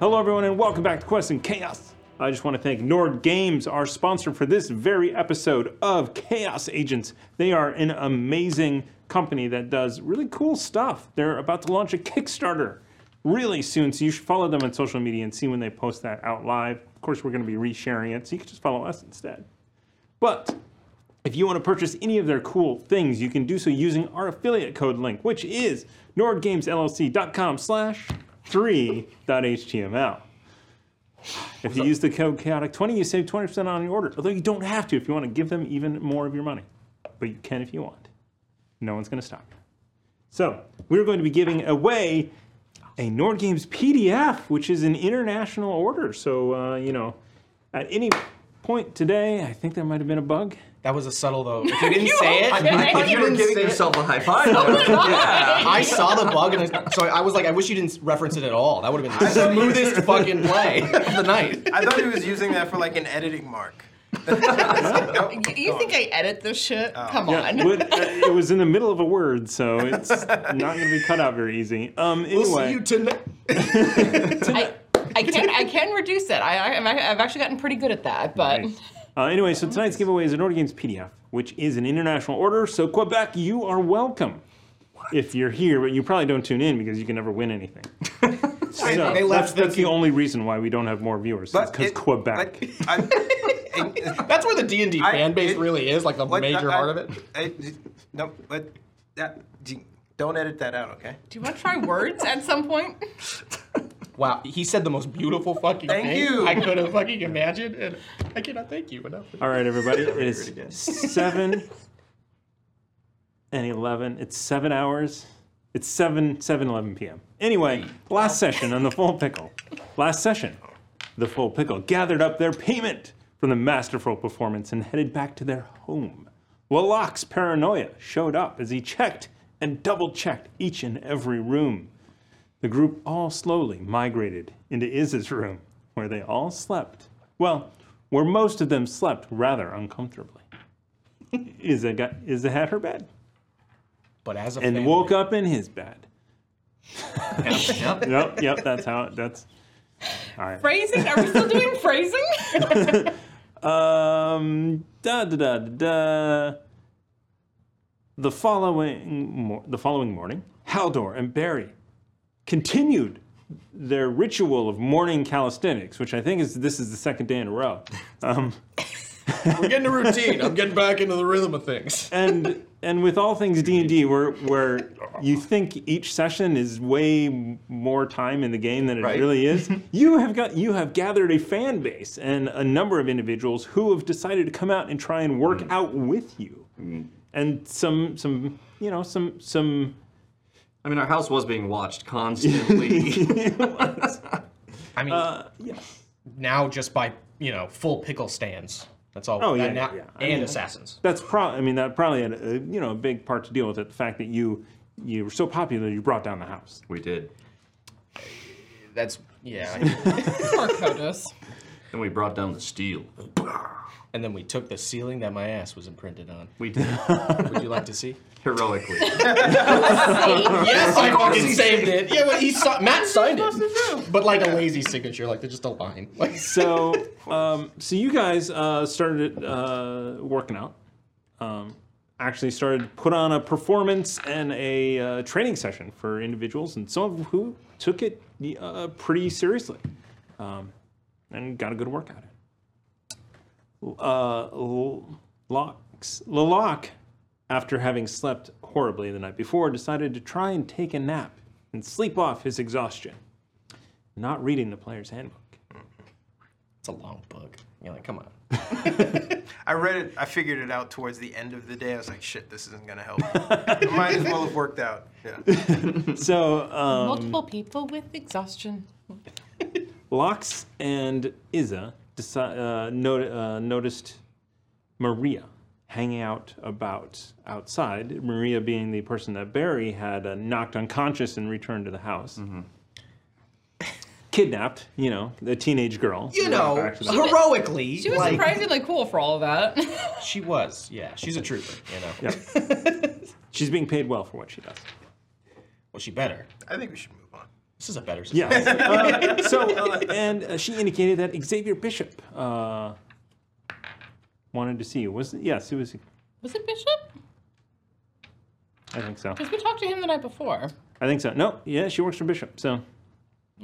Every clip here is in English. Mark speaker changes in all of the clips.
Speaker 1: Hello, everyone, and welcome back to Quest and Chaos. I just want to thank Nord Games, our sponsor for this very episode of Chaos Agents. They are an amazing company that does really cool stuff. They're about to launch a Kickstarter really soon, so you should follow them on social media and see when they post that out live. Of course, we're going to be resharing it, so you can just follow us instead. But if you want to purchase any of their cool things, you can do so using our affiliate code link, which is nordgamesllc.com slash 3.html. If you use the code chaotic20, you save 20% on your order, although you don't have to if you want to give them even more of your money. But you can if you want. No one's going to stop you. So, we're going to be giving away a Nord Games PDF, which is an international order. So, uh, you know, at any point today, I think there might have been a bug.
Speaker 2: That was a subtle though. If you didn't say it,
Speaker 3: I-
Speaker 2: if you didn't say it,
Speaker 4: a high five. yeah.
Speaker 2: I saw the bug, and I, so I was like, I wish you didn't reference it at all. That would have been the smoothest fucking play of the night.
Speaker 5: I thought he was using that for like an editing mark.
Speaker 6: You, you think I edit this shit?
Speaker 2: Oh.
Speaker 6: Come on.
Speaker 1: Yeah, would- uh, it was in the middle of a word, so it's not going to be cut out very easy. Um, anyway,
Speaker 2: We'll see you tonight.
Speaker 6: I, I can I can reduce it. I, I I've I've actually gotten pretty good at that, but
Speaker 1: Uh, anyway, so tonight's giveaway is an Order Games PDF, which is an international order. So Quebec, you are welcome. If you're here, but you probably don't tune in because you can never win anything. So
Speaker 2: they
Speaker 1: that's,
Speaker 2: left
Speaker 1: that's the
Speaker 2: thinking-
Speaker 1: only reason why we don't have more viewers. Because
Speaker 5: But it-
Speaker 1: Quebec.
Speaker 5: like, I-
Speaker 2: That's where the D and D
Speaker 5: I-
Speaker 2: fan base
Speaker 5: it-
Speaker 2: really is, like the
Speaker 5: like,
Speaker 2: major
Speaker 5: I-
Speaker 2: heart of it.
Speaker 5: I- no, but that, don't edit that out, okay?
Speaker 6: do you want to try words at some point?
Speaker 2: Wow, he said the most beautiful fucking
Speaker 5: Thank
Speaker 2: thing
Speaker 5: you.
Speaker 2: I could have fucking imagined, and I cannot thank you enough.
Speaker 1: All right, everybody. It is seven and eleven. It's seven hours. It's seven seven eleven p.m. Anyway, last session on the full pickle. Last session, the full pickle gathered up their payment from the masterful performance and headed back to their home. Lalak's paranoia showed up as he checked and double checked each and every room. The group all slowly migrated into Iz's room, where they all slept. Well, where most of them slept rather uncomfortably. Izza, got, Izza had her bed
Speaker 2: But as a
Speaker 1: and
Speaker 2: fan,
Speaker 1: woke up in his bed. yep, yep, that's how it, that's.
Speaker 6: Phrasing? Are we still doing phrasing?
Speaker 1: Um, da da da da. da. The following mo- the following morning, Haldor and Barry continued their ritual of morning calisthenics, which I think is this is the second day in a row. Um,
Speaker 2: We're getting a routine. I'm getting back into the rhythm of things.
Speaker 1: and and with all things D and D, where where you think each session is way m- more time in the game than it
Speaker 2: Right.
Speaker 1: really is, you have got you have gathered a fan base and a number of individuals who have decided to come out and try and work out with you, and some some you know some some.
Speaker 7: I mean, our house was being watched constantly.
Speaker 2: I mean, now just by you know full pickle stands. That's all.
Speaker 1: Oh, yeah,
Speaker 2: and, now-
Speaker 1: yeah, yeah. I
Speaker 2: and
Speaker 1: mean-
Speaker 2: assassins.
Speaker 1: That's probably. I mean, that probably had a, you know a big part to deal with it. The fact that you you were so popular, you brought down the house.
Speaker 7: We did.
Speaker 2: That's yeah.
Speaker 6: Poor Kodos.
Speaker 7: Then we brought down the steel.
Speaker 2: and then we took the ceiling that my ass was imprinted on.
Speaker 7: We did
Speaker 2: Would you like to see?
Speaker 7: heroically.
Speaker 2: yes, I fucking saved it. Yeah, but he saw, Matt signed it, but like a lazy signature, like just a line. Like,
Speaker 1: so, um, so you guys uh, started uh, working out. Um, actually, started to put on a performance and a uh, training session for individuals, and some of who took it uh, pretty seriously, um, and got a good workout. in. Uh, L- Locks, Laloc, after having slept horribly the night before, decided to try and take a nap and sleep off his exhaustion. Not reading the player's handbook.
Speaker 2: it's a long book. You're like, come on.
Speaker 5: I read it. I figured it out towards the end of the day. I was like, "Shit, this isn't gonna help." Might as well have worked out. Yeah.
Speaker 1: So, um,
Speaker 6: Multiple people with exhaustion.
Speaker 1: Lox and Iza deci- uh, noti- uh, noticed Maria hanging out about outside. Maria being the person that Barry had uh, knocked unconscious and returned to the house.
Speaker 2: Mm-hmm.
Speaker 1: Kidnapped, you know, a teenage girl.
Speaker 2: You know,
Speaker 1: Actually,
Speaker 2: heroically.
Speaker 6: She was
Speaker 2: like,
Speaker 6: surprisingly cool for all of that.
Speaker 2: She was. Yeah, she's a trooper. You know.
Speaker 1: She's being paid well for what she does.
Speaker 2: Well, she better.
Speaker 5: I think we should move on.
Speaker 2: This is a better.
Speaker 1: Yeah. Uh, so, uh, and uh, she indicated that Xavier Bishop uh, wanted to see you. Was it? Yes, it was.
Speaker 6: Was it Bishop?
Speaker 1: I think so.
Speaker 6: Because we talked to him the night before.
Speaker 1: I think so. No, yeah, she works for Bishop. So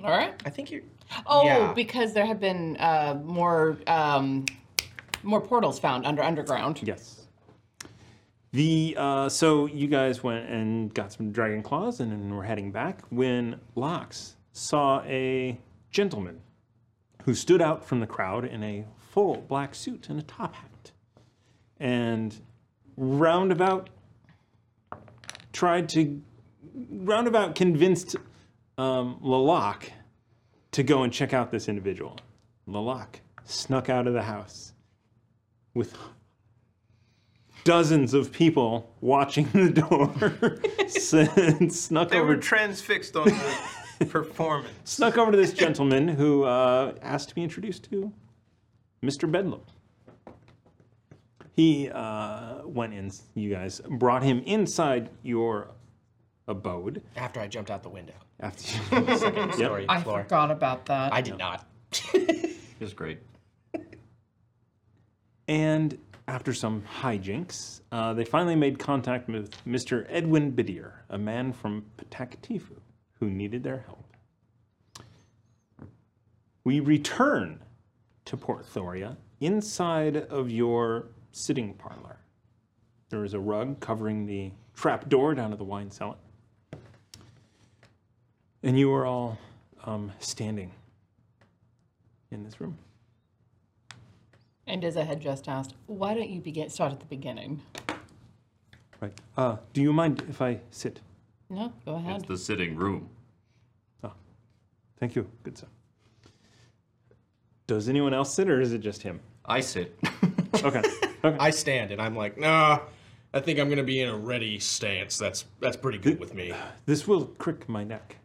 Speaker 6: All right.
Speaker 2: I think you're.
Speaker 6: Oh,
Speaker 2: Yeah.
Speaker 6: because there have been uh, more um, more portals found under underground.
Speaker 1: yes, the uh, so you guys went and got some dragon claws, and then we're heading back when Lox saw a gentleman who stood out from the crowd in a full black suit and a top hat, and roundabout tried to roundabout convinced um, Laloc to go and check out this individual. Laloc snuck out of the house with dozens of people watching the door. s- snuck
Speaker 5: They
Speaker 1: over
Speaker 5: were transfixed on the performance.
Speaker 1: snuck over to this gentleman who uh, asked to be introduced to Mr. Bedlam. He uh, went in, you guys brought him inside your abode
Speaker 2: After I jumped out the window.
Speaker 1: after
Speaker 2: Second story
Speaker 6: I
Speaker 2: floor.
Speaker 6: forgot about that.
Speaker 2: I did not.
Speaker 7: It was great.
Speaker 1: And after some hijinks, uh, they finally made contact with Mr. Edwin Bidier, a man from Patakatifu who needed their help. We return to Port Thoria inside of your sitting parlor. There is a rug covering the trap door down to the wine cellar. And you are all um, standing in this room.
Speaker 6: And as I had just asked, why don't you begin start at the beginning?
Speaker 1: Right. Uh, do you mind if I sit?
Speaker 6: No, go ahead.
Speaker 7: It's the sitting room.
Speaker 1: Thank you. Good sir. Does anyone else sit or is it just him?
Speaker 7: I sit.
Speaker 1: Okay.
Speaker 2: I stand and I'm like, nah. I think I'm gonna be in a ready stance. That's that's pretty good with me.
Speaker 1: this will crick my neck.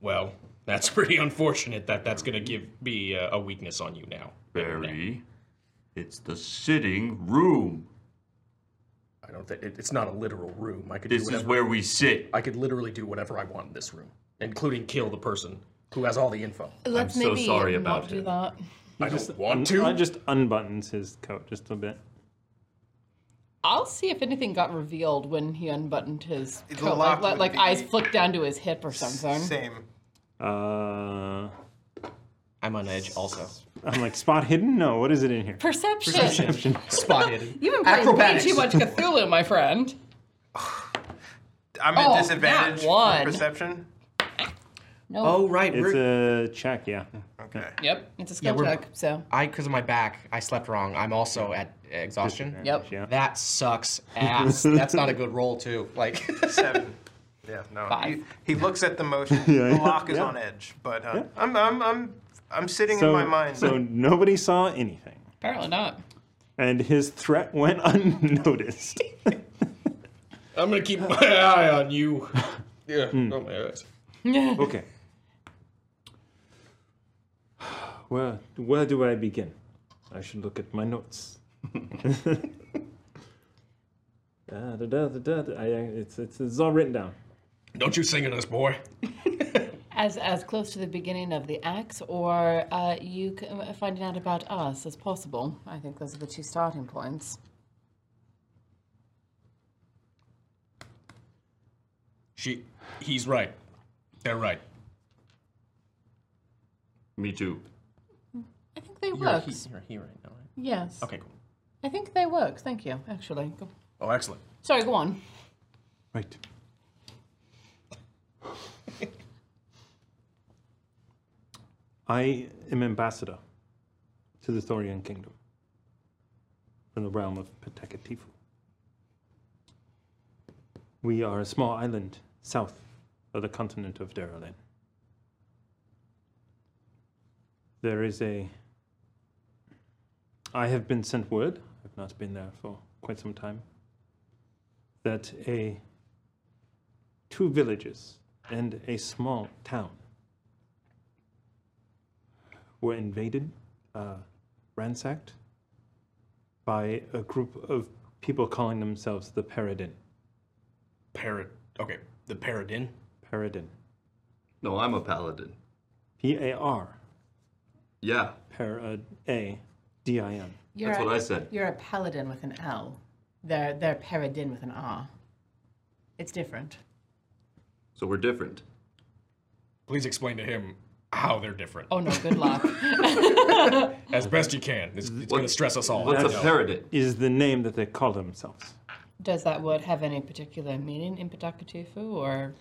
Speaker 2: Well, that's pretty unfortunate that that's gonna give be uh, a, a weakness on you now.
Speaker 7: Barry, it's the sitting room.
Speaker 2: I don't think it, it's not a literal room. I could do
Speaker 7: This is
Speaker 2: whatever.
Speaker 7: where we sit.
Speaker 2: I could literally do whatever I want in this room, including kill the person who has all the info.
Speaker 6: Let's
Speaker 7: I'm so
Speaker 6: maybe
Speaker 7: sorry
Speaker 6: not
Speaker 7: about
Speaker 6: do
Speaker 7: it.
Speaker 6: that.
Speaker 2: I just want
Speaker 1: Uh,
Speaker 2: to.
Speaker 1: just unbuttons his coat just a bit.
Speaker 6: I'll see if anything got revealed when he unbuttoned his
Speaker 5: It's
Speaker 6: coat. Like,
Speaker 5: locked
Speaker 6: like,
Speaker 5: with
Speaker 6: like
Speaker 5: the-
Speaker 6: eyes flicked down to his hip or something.
Speaker 5: Same.
Speaker 1: Uh,
Speaker 2: I'm on edge also.
Speaker 1: I'm like, spot hidden? No, what is it in here?
Speaker 6: Perception.
Speaker 8: Spot hidden.
Speaker 6: You've been playing
Speaker 8: Acrobatics.
Speaker 6: way too much Cthulhu, my friend.
Speaker 5: I'm
Speaker 6: Oh,
Speaker 5: at
Speaker 6: that
Speaker 5: disadvantage for
Speaker 6: one.
Speaker 5: perception.
Speaker 6: No.
Speaker 8: right,
Speaker 1: It's
Speaker 8: we're-
Speaker 1: a check, yeah. Okay.
Speaker 6: Yep. It's
Speaker 8: Oh. Yeah,
Speaker 6: a skill
Speaker 8: we're-
Speaker 6: check. So.
Speaker 8: I, because of my back, I slept wrong. I'm also at exhaustion.
Speaker 6: Yep.
Speaker 1: Yeah.
Speaker 8: That sucks ass. That's not a good roll, too. Like,
Speaker 5: Seven. Yeah, no.
Speaker 8: Five.
Speaker 5: He, he looks at the motion.
Speaker 1: Yeah,
Speaker 5: The
Speaker 1: yeah,
Speaker 5: lock is
Speaker 1: yeah.
Speaker 5: on edge, but uh, I'm, I'm, I'm, I'm sitting
Speaker 1: So,
Speaker 5: in my mind.
Speaker 1: so nobody saw anything,
Speaker 6: Apparently not.
Speaker 1: and his threat went unnoticed.
Speaker 8: I'm gonna keep my eye on you. Yeah,
Speaker 1: Hmm.
Speaker 8: not my eyes.
Speaker 1: Okay. Where, where do I begin? I should look at my notes. Da, da, da, da, da. I, I- it's, it's, it's all written down.
Speaker 8: Don't you sing at us, boy.
Speaker 6: As as close to the beginning of the acts, or uh, you c- finding out about us as possible. I think those are the two starting points.
Speaker 8: She, he's right. They're right.
Speaker 7: Me too.
Speaker 6: I think they
Speaker 8: You're a
Speaker 6: work.
Speaker 8: he, you're a he right now, right?
Speaker 6: Yes.
Speaker 8: Okay, cool.
Speaker 6: I think they work. Thank you. Actually. Go-
Speaker 8: Oh, excellent.
Speaker 6: Sorry. Go on.
Speaker 1: Right. I am ambassador to the Thorian Kingdom from the realm of Patekatifu. We are a small island south of the continent of Daralin. There is a. I have been sent word, I've not been there for quite some time, that a two villages and a small town were invaded, uh, ransacked by a group of people calling themselves the Paradin.
Speaker 8: Parrot. Okay, the paradin.
Speaker 1: Paradin.
Speaker 7: No, I'm a paladin.
Speaker 1: P A R.
Speaker 7: Yeah,
Speaker 1: Parad A D I N.
Speaker 6: You're
Speaker 7: that's
Speaker 6: a,
Speaker 7: what I said.
Speaker 6: You're a paladin with an L. They're they're paradin with an R. It's different.
Speaker 7: So we're different.
Speaker 2: Please explain to him how they're different.
Speaker 6: Oh no. Good luck.
Speaker 2: As best you can. It's, it's going to stress us all.
Speaker 7: What's
Speaker 2: I
Speaker 7: a
Speaker 2: know.
Speaker 7: paradin?
Speaker 1: Is the name that they call themselves.
Speaker 6: Does that word have any particular meaning in Patakatufu or?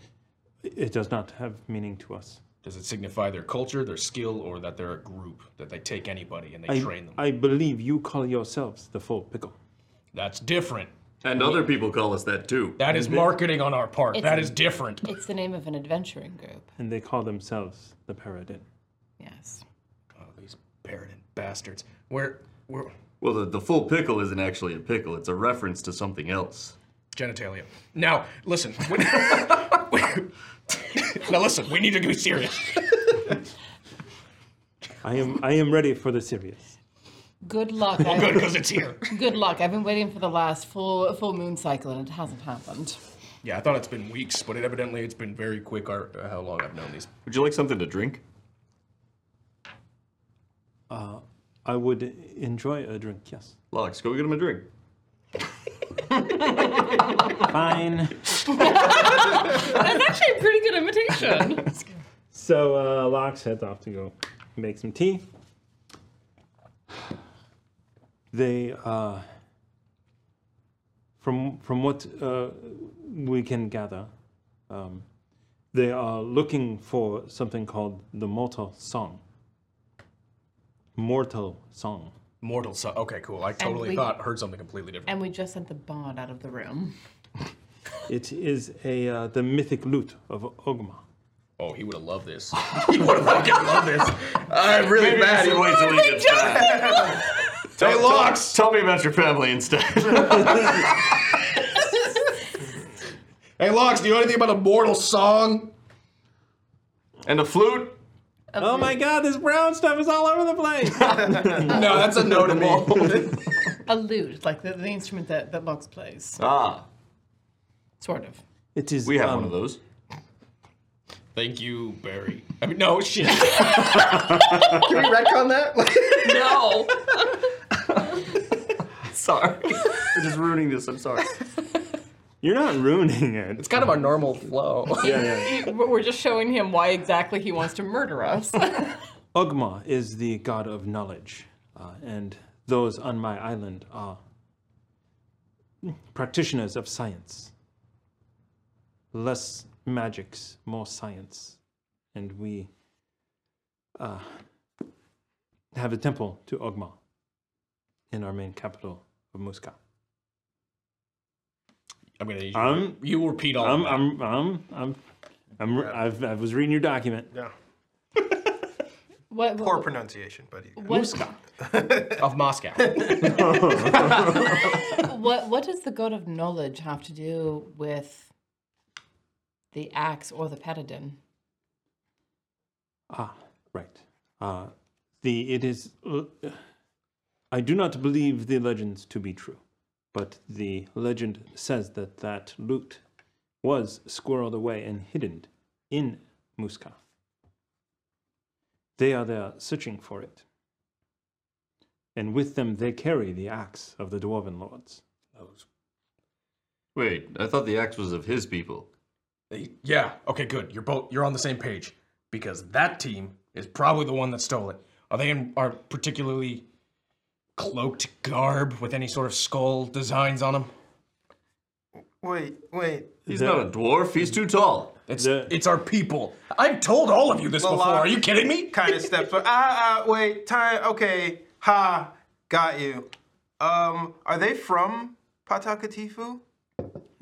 Speaker 1: It does not have meaning to us.
Speaker 2: Does it signify their culture, their skill, or that they're a group, that they take anybody and they
Speaker 1: I,
Speaker 2: train them?
Speaker 1: I believe you call yourselves the full pickle.
Speaker 2: That's different.
Speaker 7: And other people call us that too.
Speaker 2: That is marketing on our part. that is different.
Speaker 6: It's the name of an adventuring group.
Speaker 1: And they call themselves the Paradin.
Speaker 6: Yes.
Speaker 2: Oh, these paradin bastards. Where, where,
Speaker 7: Well, the, the full pickle isn't actually a pickle, it's a reference to something else.
Speaker 2: genitalia. Now, listen. when- now, listen, we need to be serious.
Speaker 1: I am I am ready for the serious.
Speaker 6: Good luck.
Speaker 7: Oh,
Speaker 6: I-
Speaker 2: Good, because it's here.
Speaker 6: Good luck. I've been waiting for the last full full moon cycle and it hasn't happened.
Speaker 2: Yeah, I thought it's been weeks, but it, evidently it's been very quick or, uh, how long I've known these.
Speaker 7: Would you like something to drink?
Speaker 1: I would enjoy a drink, yes.
Speaker 7: Lux, go get him a drink.
Speaker 1: Fine.
Speaker 6: That's actually a pretty good imitation.
Speaker 1: so uh, Lox heads off to go make some tea. They, uh, from from what uh, we can gather, um, they are looking for something called the mortal song. Mortal song.
Speaker 2: Mortal Sun. Okay, cool. I totally
Speaker 6: we-
Speaker 2: thought, heard something completely different.
Speaker 6: and we just sent the bard out of the room.
Speaker 1: It is a uh, the mythic lute of Ogma.
Speaker 2: Oh, he would have loved this. he would have fucking loved this.
Speaker 7: I'm really mad he waits till he gets back.
Speaker 2: Hey, Lux!
Speaker 7: Tell me about your family instead.
Speaker 2: Hey, Lux, do you know anything about a mortal song?
Speaker 7: and a flute?
Speaker 1: Oh my God! This brown stuff is all over the place.
Speaker 2: No, that's a no to me.
Speaker 6: A lute, like the, the instrument that, that Lux plays.
Speaker 7: Ah,
Speaker 6: Sort of.
Speaker 1: it is.
Speaker 7: we have
Speaker 1: um,
Speaker 7: one of those.
Speaker 2: Thank you, Barry. I mean, no, shit.
Speaker 8: Can we wreck on that?
Speaker 6: No!
Speaker 7: Sorry. We're just ruining this, I'm sorry.
Speaker 1: You're not ruining it.
Speaker 8: it's kind of our normal flow.
Speaker 1: yeah, yeah.
Speaker 6: We're just showing him why exactly he wants to murder us.
Speaker 1: Ugma is the god of knowledge, uh, and those on my island are practitioners of science. Less magics, more science. And we uh, have a temple to Ogma in our main capital of Muscat.
Speaker 2: I'm gonna.
Speaker 1: I'm,
Speaker 2: you repeat all.
Speaker 1: I'm, I'm, I'm, I'm, I'm, I've, I was reading your document.
Speaker 5: Yeah.
Speaker 6: What,
Speaker 5: Poor pronunciation, but he-
Speaker 6: What- Muscat.
Speaker 2: of Moscow.
Speaker 6: what what does the god of knowledge have to do with the axe or the petadin?
Speaker 1: Ah, right. Uh, the it is. Uh, I do not believe the legends to be true, but the legend says that that loot was squirreled away and hidden in Musca. They are there searching for it, and with them they carry the axe of the dwarven lords.
Speaker 7: Wait, I thought the axe was of his people.
Speaker 2: yeah. Okay. Good. You're both. You're on the same page because that team is probably the one that stole it. Are they in are particularly cloaked garb with any sort of skull designs on them?
Speaker 5: Wait, wait.
Speaker 7: He's not a dwarf, he's too tall.
Speaker 2: It's it's our people. I've told all of you this before. Are you kidding me?
Speaker 5: uh, Kind of steps. forward. Ah, ah, wait. Time. Okay. Ha. Got you. Um, are they from Patakatifu?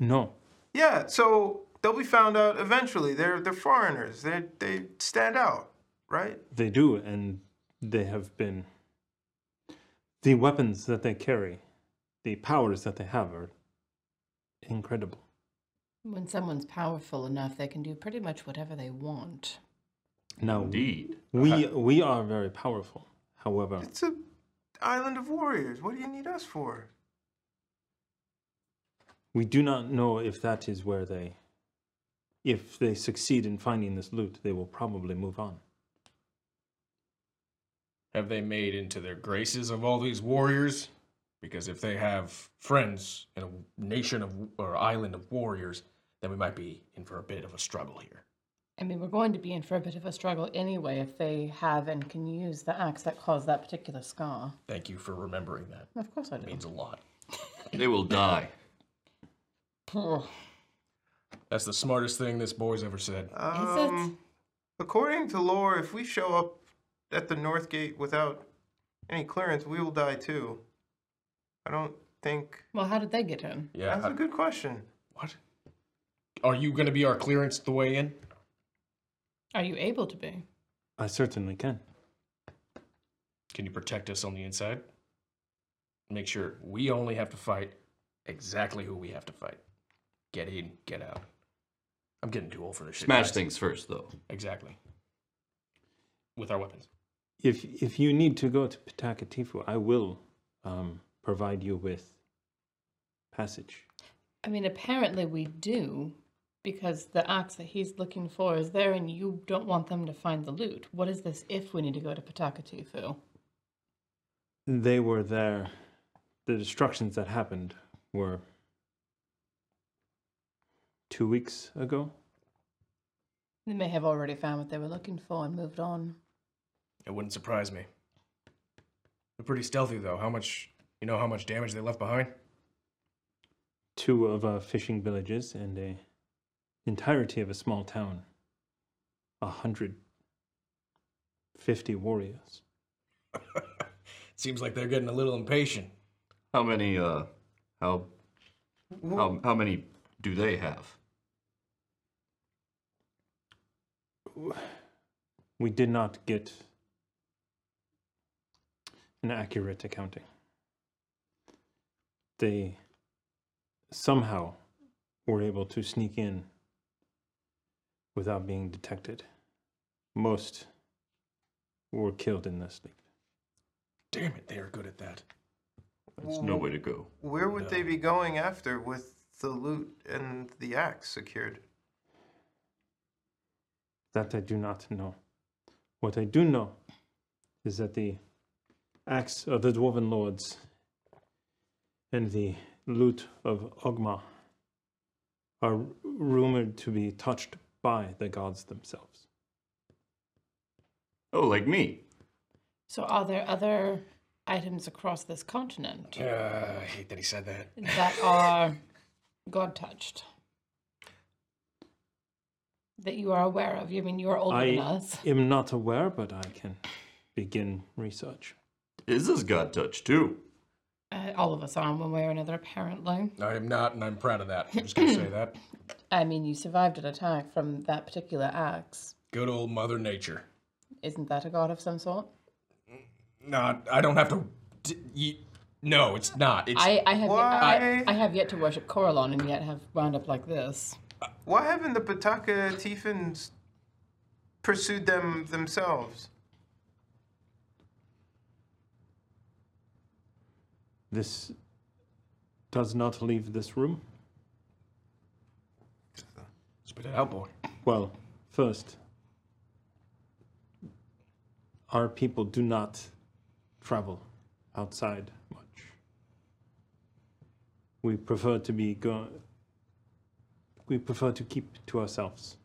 Speaker 1: No,
Speaker 5: Yeah. So they'll be found out eventually. They're they're foreigners. They they stand out, right?
Speaker 1: They do, and they have been. The weapons that they carry, the powers that they have are incredible.
Speaker 6: When someone's powerful enough, they can do pretty much whatever they want.
Speaker 7: Oh.
Speaker 1: Now,
Speaker 7: Indeed.
Speaker 1: we we are very powerful. However,
Speaker 5: It's a island of warriors. What do you need us for?
Speaker 1: we do not know if that is where they. If they succeed in finding this loot, they will probably move on.
Speaker 2: Have they made into their graces of all these warriors? Because if they have friends in a nation of or island of warriors, then we might be in for a bit of a struggle here.
Speaker 6: I mean, we're going to be in for a bit of a struggle anyway if they have and can use the axe that caused that particular scar.
Speaker 2: Thank you for remembering that.
Speaker 6: Of course I do.
Speaker 2: means a lot.
Speaker 7: They will die.
Speaker 6: Ugh.
Speaker 2: That's the smartest thing this boy's ever said.
Speaker 5: Um, according to lore, if we show up at the North Gate without any clearance, we will die too. I don't think.
Speaker 6: Well, how did they get in?
Speaker 2: Yeah.
Speaker 5: That's a good question.
Speaker 2: What? Are you going to be our clearance the way in?
Speaker 6: Are you able to be?
Speaker 1: I certainly can.
Speaker 2: Can you protect us on the inside? Make sure we only have to fight exactly who we have to fight. Get in, get out. I'm getting too old for this shit.
Speaker 7: Smash
Speaker 2: guys.
Speaker 7: things first, though.
Speaker 2: Exactly. With our weapons.
Speaker 1: If if you need to go to Patakatifu, I will um, provide you with passage.
Speaker 6: I mean, apparently we do, because the axe that he's looking for is there, and you don't want them to find the loot. What is this if we need to go to Patakatifu?
Speaker 1: they were there. The destructions that happened were two weeks ago.
Speaker 6: They may have already found what they were looking for and moved on.
Speaker 2: It wouldn't surprise me. They're pretty stealthy, though. How much, you know, how much damage they left behind?
Speaker 1: Two of uh, fishing villages and a entirety of a small town. A hundred fifty warriors.
Speaker 2: Seems like they're getting a little impatient.
Speaker 7: How many, uh, how, how, how many do they have?
Speaker 1: We did not get an accurate accounting. They somehow were able to sneak in without being detected. Most were killed in their sleep.
Speaker 2: Damn it, they are good at that.
Speaker 7: There's no way to go.
Speaker 5: Where would they be going after with the loot and the axe secured?
Speaker 1: That I do not know. What I do know is that the axe of the Dwarven Lords and the loot of Ogma are rumored to be touched by the gods themselves.
Speaker 7: Oh, like me.
Speaker 6: So are there other items across this continent
Speaker 2: Uh, I hate that he said that.
Speaker 6: that are God touched? That you are aware of? You mean you're older than
Speaker 1: I
Speaker 6: us?
Speaker 1: am not aware, but I can begin research.
Speaker 7: Is this God touch too?
Speaker 6: Uh, all of us are in one way or another, apparently.
Speaker 2: I am not, and I'm proud of that. I'm just gonna say that.
Speaker 6: I mean, you survived an attack from that particular axe.
Speaker 2: Good old Mother Nature.
Speaker 6: Isn't that a god of some sort?
Speaker 2: Not. I don't have to. D- y- no, it's not. It's.
Speaker 6: I, I have I, I have yet to worship Coralon and yet have wound up like this.
Speaker 5: Why haven't the Pataka Tiefens pursued them themselves?
Speaker 1: This does not leave this room.
Speaker 2: Spit it out, boy.
Speaker 1: Well, first, our people do not travel outside much. We prefer to be go- we prefer to keep to ourselves.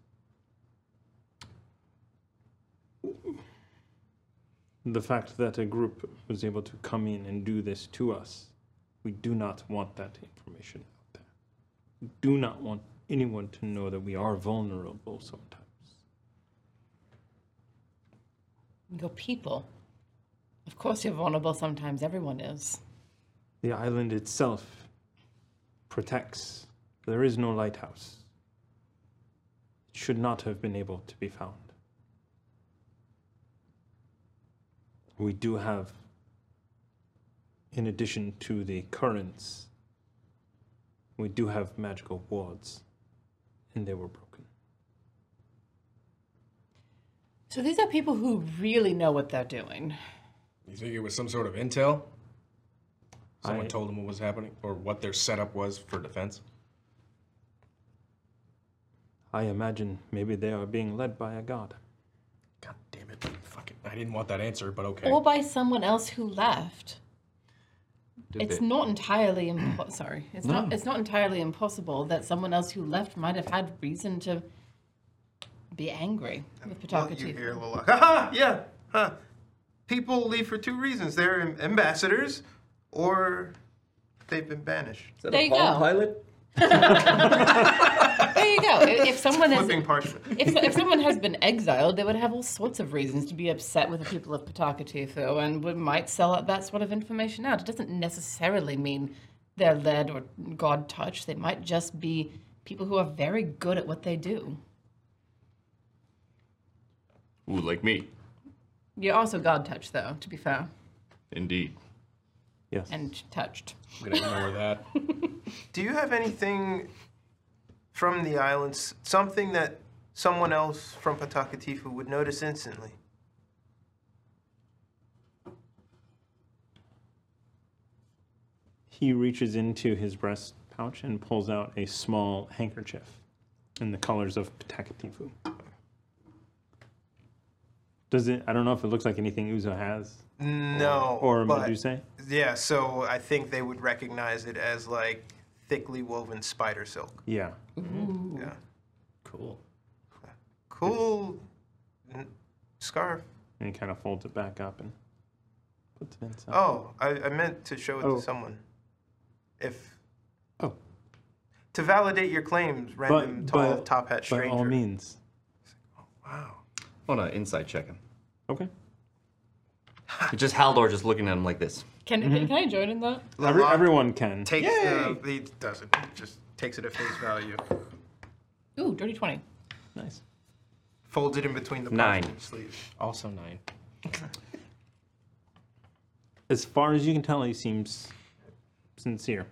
Speaker 1: The fact that a group was able to come in and do this to us, we do not want that information out there. We do not want anyone to know that we are vulnerable sometimes.
Speaker 6: Your people. Of course you're vulnerable sometimes, everyone is.
Speaker 1: The island itself protects. There is no lighthouse. It should not have been able to be found. We do have, in addition to the currents, we do have magical wards, and they were broken.
Speaker 6: So these are people who really know what they're doing.
Speaker 2: You think it was some sort of intel? Someone
Speaker 1: I-
Speaker 2: told them what was happening, or what their setup was for defense.
Speaker 1: I imagine maybe they are being led by a god.
Speaker 2: Damn it! Fuck it. I didn't want that answer, but okay.
Speaker 6: Or by someone else who left.
Speaker 2: Did
Speaker 6: it's
Speaker 2: they-
Speaker 6: not entirely impo- sorry. It's not
Speaker 2: No.
Speaker 6: it's not entirely impossible that someone else who left might have had reason to be angry with
Speaker 5: Well, you
Speaker 6: Pataka
Speaker 5: hear Lilac. Ha ha! Yeah. Huh. People leave for two reasons: they're am- ambassadors, or they've been banished.
Speaker 6: that a There you Palm go.
Speaker 5: Pilot?
Speaker 6: There you go. If if someone is
Speaker 5: Flipping parchment.
Speaker 6: if, if someone has been exiled, they would have all sorts of reasons to be upset with the people of Patakatifu and would, might sell out that sort of information out. It doesn't necessarily mean they're led or God touched. They might just be people who are very good at what they do.
Speaker 7: Ooh, like me.
Speaker 6: You're also God touched, though, to be fair,
Speaker 7: Indeed.
Speaker 1: Yes.
Speaker 6: and touched.
Speaker 2: that.
Speaker 5: Do you have anything from the islands? Something that someone else from Patakatifu would notice instantly?
Speaker 1: He reaches into his breast pouch and pulls out a small handkerchief in the colors of Patakatifu. Does it? I don't know if it looks like anything Uzo has.
Speaker 5: No.
Speaker 1: Or
Speaker 5: but-
Speaker 1: Medusa?
Speaker 5: Yeah, so I think they would recognize it as like thickly woven spider silk.
Speaker 1: Yeah.
Speaker 5: Yeah.
Speaker 1: Cool.
Speaker 5: Cool n- scarf.
Speaker 1: And he kind of folds it back up and puts it inside.
Speaker 5: Oh, I, I meant to show it
Speaker 1: Oh.
Speaker 5: to someone. If.
Speaker 1: Oh.
Speaker 5: To validate your claims, random tall top hat stranger.
Speaker 1: By all means.
Speaker 7: On an insight check him.
Speaker 1: Okay.
Speaker 7: Just Haldor just looking at him like this.
Speaker 6: Can,
Speaker 7: Mhm.
Speaker 6: can I join in that?
Speaker 1: Every, everyone can.
Speaker 5: Takes
Speaker 6: Yay!
Speaker 5: the, he doesn't. He just takes it at face value.
Speaker 6: Ooh, dirty 20.
Speaker 1: Nice.
Speaker 5: Folds it in between the
Speaker 1: Nine.
Speaker 5: parchment sleeves.
Speaker 2: Also nine.
Speaker 1: As far as you can tell, he seems sincere.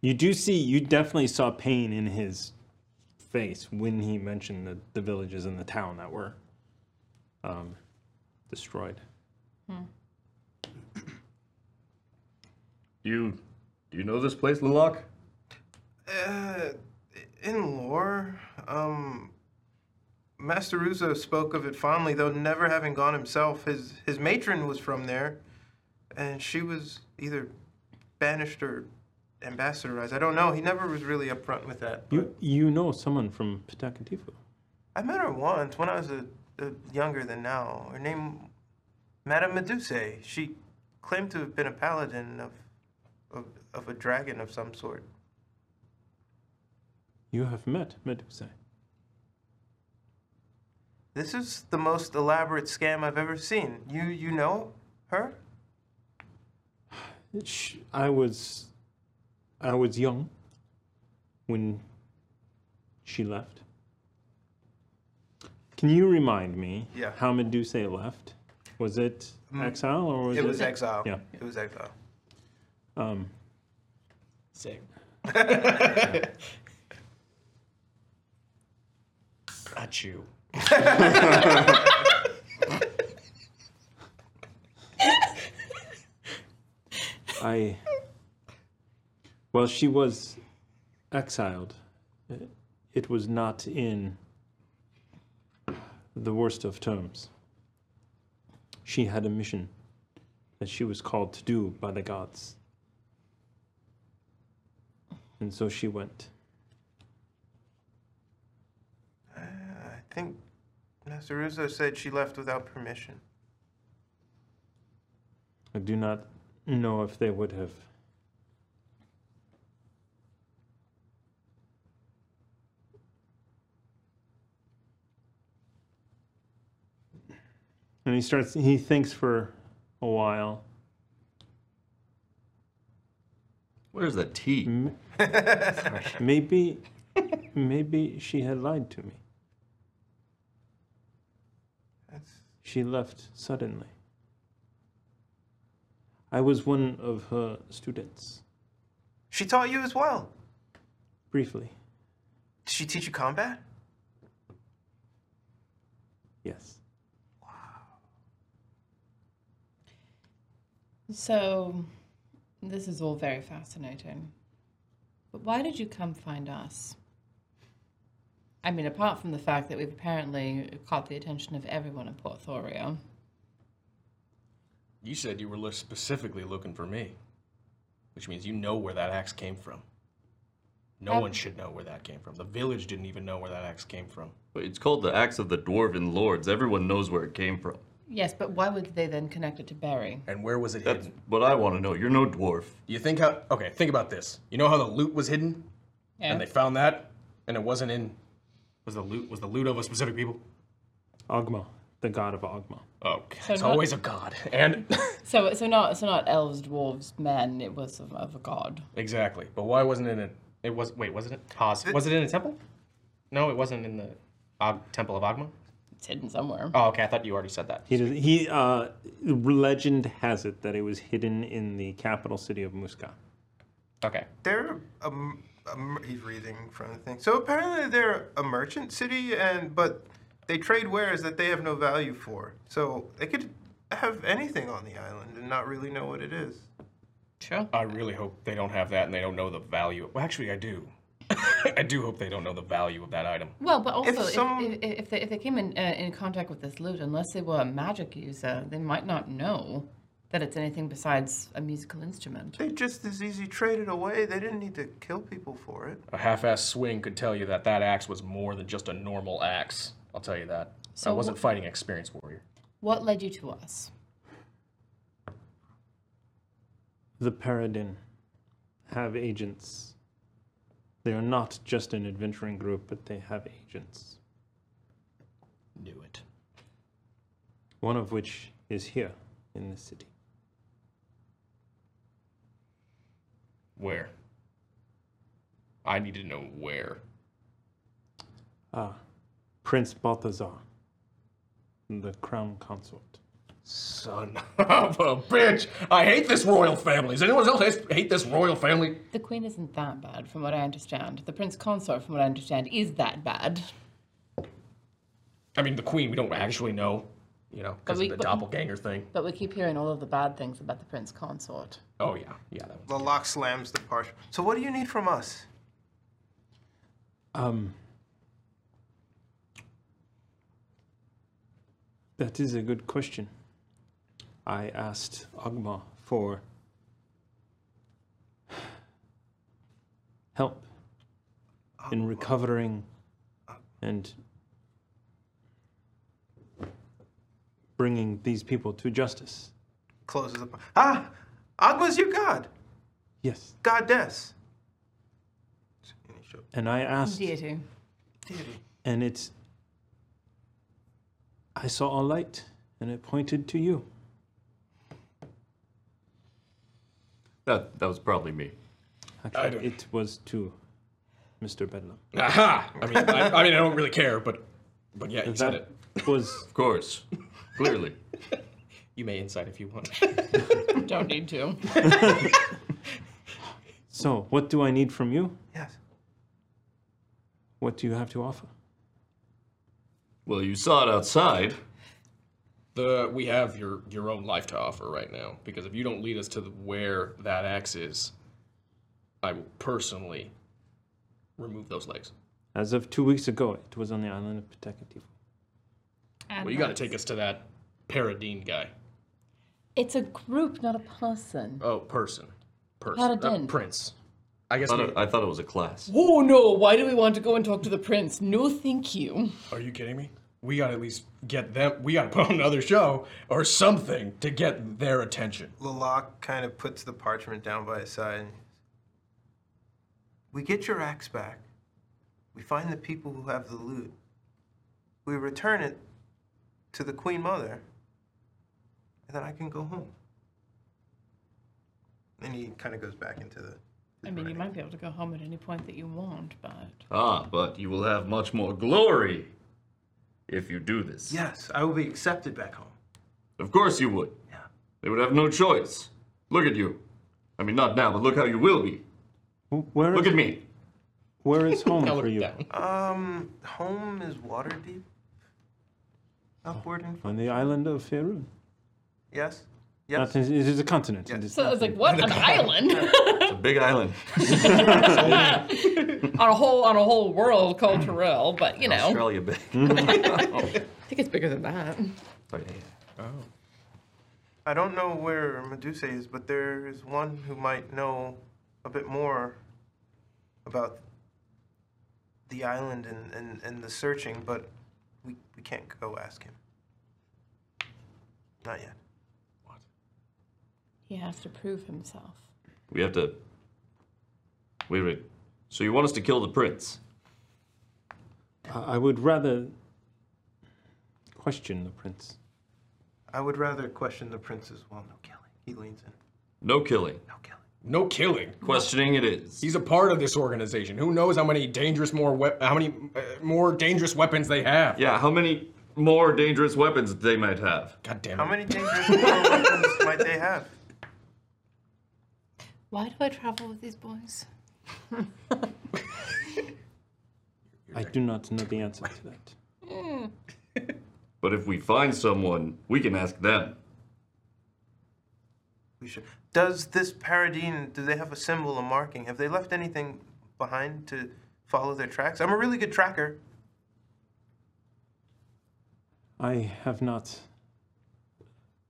Speaker 1: You do see, you definitely saw pain in his face when he mentioned the, the villages and the town that were um, destroyed.
Speaker 7: You do you know this place, Lilac?
Speaker 5: Uh, in lore, um, Master Russo spoke of it fondly, though never having gone himself. His his matron was from there, and she was either banished or ambassadorized. I don't know. He never was really upfront with that.
Speaker 1: You you know someone from Patakatifu.
Speaker 5: I met her once when I was a, a younger than now. Her name Madame Medusa, she claimed to have been a paladin of, of, of a dragon of some sort.
Speaker 1: You have met Medusa.
Speaker 5: This is the most elaborate scam I've ever seen. You you know her?
Speaker 1: Sh- I was, I was young when she left. Can you remind me
Speaker 5: Yeah.
Speaker 1: how Medusa left? Was it
Speaker 5: Mm.
Speaker 1: exile or was it?
Speaker 5: it was exile.
Speaker 1: Yeah.
Speaker 5: It was exile.
Speaker 1: Um,
Speaker 2: Sick. Got you.
Speaker 1: I. Well, she was exiled. It was not in the worst of terms. She had a mission that she was called to do by the gods. And so she went.
Speaker 5: I think Master Russo said she left without permission.
Speaker 1: I do not know if they would have. And he starts, he thinks for a while.
Speaker 7: Where's the tea?
Speaker 1: maybe, maybe she had lied to me. She left suddenly. I was one of her students,
Speaker 5: She taught you as well.
Speaker 1: briefly.
Speaker 5: Did she teach you combat?
Speaker 1: Yes.
Speaker 6: So, this is all very fascinating. But why did you come find us? I mean, apart from the fact that we've apparently caught the attention of everyone in Port Thorio.
Speaker 2: You said you were li- specifically looking for me, which means you know where that axe came from. No
Speaker 6: Ab-
Speaker 2: one should know where that came from. The village didn't even know where that axe came from.
Speaker 7: Wait, it's called the Axe of the Dwarven Lords. Everyone knows where it came from.
Speaker 6: Yes, but why would they then connect it to Barry?
Speaker 2: And where was it
Speaker 7: That's what I want to know. You're no dwarf.
Speaker 2: You think how? Okay, think about this. You know how the loot was hidden,
Speaker 6: Yeah.
Speaker 2: and they found that, and it wasn't in. Was the loot? Was the loot of a specific people?
Speaker 1: Ogma, the god of Ogma.
Speaker 2: Okay,
Speaker 6: So
Speaker 2: it's
Speaker 6: not-
Speaker 2: always a god. And
Speaker 6: So, so not, so not elves, dwarves, men. It was of, of a god.
Speaker 2: exactly, but why wasn't it in a? It was. Wait, wasn't it? Oz, was it in a temple? No, it wasn't in the Og, temple of Agma.
Speaker 6: It's hidden somewhere.
Speaker 2: Oh, okay. I thought you already said that.
Speaker 1: He, does, he uh, legend has it that it was hidden in the capital city of Muscat.
Speaker 2: Okay.
Speaker 5: They're um, um he's reading from the thing. So apparently they're a merchant city and but they trade wares that they have no value for. So they could have anything on the island and not really know what it is.
Speaker 6: Sure.
Speaker 2: I really hope they don't have that and they don't know the value. Well, actually, I do. I do hope they don't know the value of that item.
Speaker 6: Well, but also, if,
Speaker 5: some-
Speaker 6: if, if, they, if they came in, uh, in contact with this loot, unless they were a magic user, they might not know that it's anything besides a musical instrument.
Speaker 5: They just as easy traded away. They didn't need to kill people for it.
Speaker 2: A half-ass swing could tell you that that axe was more than just a normal axe. I'll tell you that.
Speaker 6: So
Speaker 2: I wasn't
Speaker 6: wh-
Speaker 2: fighting an experienced warrior.
Speaker 6: What led you to us?
Speaker 1: The Paradin have agents. They are not just an adventuring group, but they have agents.
Speaker 2: Knew it.
Speaker 1: One of which is here in the city.
Speaker 2: Where? I need to know where.
Speaker 1: Ah, Prince Balthazar, the crown consort.
Speaker 2: Son of a bitch! I hate this royal family. Does anyone else hate this royal family?
Speaker 6: The queen isn't that bad, from what I understand. The prince consort, from what I understand, is that bad.
Speaker 2: I mean, the queen. We don't actually know, you know, because
Speaker 6: we-
Speaker 2: of the
Speaker 6: but-
Speaker 2: doppelganger thing.
Speaker 6: But we keep hearing all of the bad things about the prince consort.
Speaker 2: Oh yeah, yeah. That
Speaker 5: The
Speaker 2: one.
Speaker 5: lock slams the parchment. So what do you need from us?
Speaker 1: Um, that is a good question. I asked Agma for help in recovering and bringing these people to justice.
Speaker 5: Closes up. Ah, Agma's your god.
Speaker 1: Yes.
Speaker 5: Goddess.
Speaker 1: And I asked,
Speaker 6: Deity.
Speaker 1: and it's. I saw a light, and it pointed to you.
Speaker 7: That, that was probably me.
Speaker 1: Actually, it was to Mr. Bedlam.
Speaker 2: Aha! I mean, I, I mean, I don't really care, but, but yeah, you said it.
Speaker 1: Was
Speaker 7: Of course. Clearly.
Speaker 2: You may insight if you want.
Speaker 6: Don't need to.
Speaker 1: so. What do I need from you?
Speaker 5: Yes.
Speaker 1: What do you have to offer?
Speaker 7: Well, you saw it outside.
Speaker 2: The we have your your own life to offer right now because if you don't lead us to the, where that axe is, I will personally remove those legs.
Speaker 1: As of two weeks ago, it was on the island of Patekativa.
Speaker 2: well, you got to take us to that Paradine guy.
Speaker 6: It's a group, not a person.
Speaker 2: Oh, person, person, Uh,
Speaker 6: Paradine.
Speaker 2: prince. I guess.
Speaker 7: I thought,
Speaker 2: we-
Speaker 7: it, I thought it was a class.
Speaker 6: Oh no, why do we want to go and talk to the prince? No, thank you.
Speaker 2: Are you kidding me? We got to at least get them. We got to put on another show or something to get their attention.
Speaker 5: Lalak kind of puts the parchment down by his side. and- We get your axe back. We find the people who have the loot. We return it to the Queen Mother, and then I can go home. And he kind of goes back into the.
Speaker 6: I mean, you might be able to go home at any point that you want, but
Speaker 7: Ah, but you will have much more glory if you do this.
Speaker 5: Yes, I will be accepted back home.
Speaker 7: Of course you would. Yeah. They would have no choice. Look at you. I mean, not now, but look how you will be.
Speaker 1: Wh- Where
Speaker 7: Look
Speaker 1: is-
Speaker 7: at me.
Speaker 1: Where is home for you?
Speaker 5: Um, home is Waterdeep. Upward and
Speaker 1: On the island of Faerun.
Speaker 5: yes.
Speaker 1: Yes. That is, it is a continent. It is
Speaker 6: so I was like, what? An island
Speaker 7: It's a big island.
Speaker 6: on a whole on a whole world called Terrell, but you know,
Speaker 7: Australia big.
Speaker 6: I think it's bigger than that.
Speaker 7: Oh, yeah.
Speaker 5: I don't know where Medusa is, but there is one who might know a bit more about the island and, and, and the searching, but we, we can't go ask him. Not yet.
Speaker 6: He has to prove himself.
Speaker 7: We have to. Wait, wait. So you want us to kill the prince?
Speaker 1: I I would rather question the prince.
Speaker 5: I would rather question the prince as well. No killing. He leans in.
Speaker 7: No killing.
Speaker 2: No killing.
Speaker 7: Questioning it is.
Speaker 2: He's a part of this organization. Who knows how many dangerous more we- how many uh, more dangerous weapons they have?
Speaker 7: Yeah, how many more dangerous weapons they might have?
Speaker 2: God damn it.
Speaker 5: How many dangerous weapons might they have?
Speaker 6: Why do I travel with these boys?
Speaker 1: I do not know the answer to that.
Speaker 7: But if we find someone, we can ask them.
Speaker 5: We should. Does this paradine, do they have a symbol, a marking? Have they left anything behind to follow their tracks? I'm a really good tracker.
Speaker 1: I have not.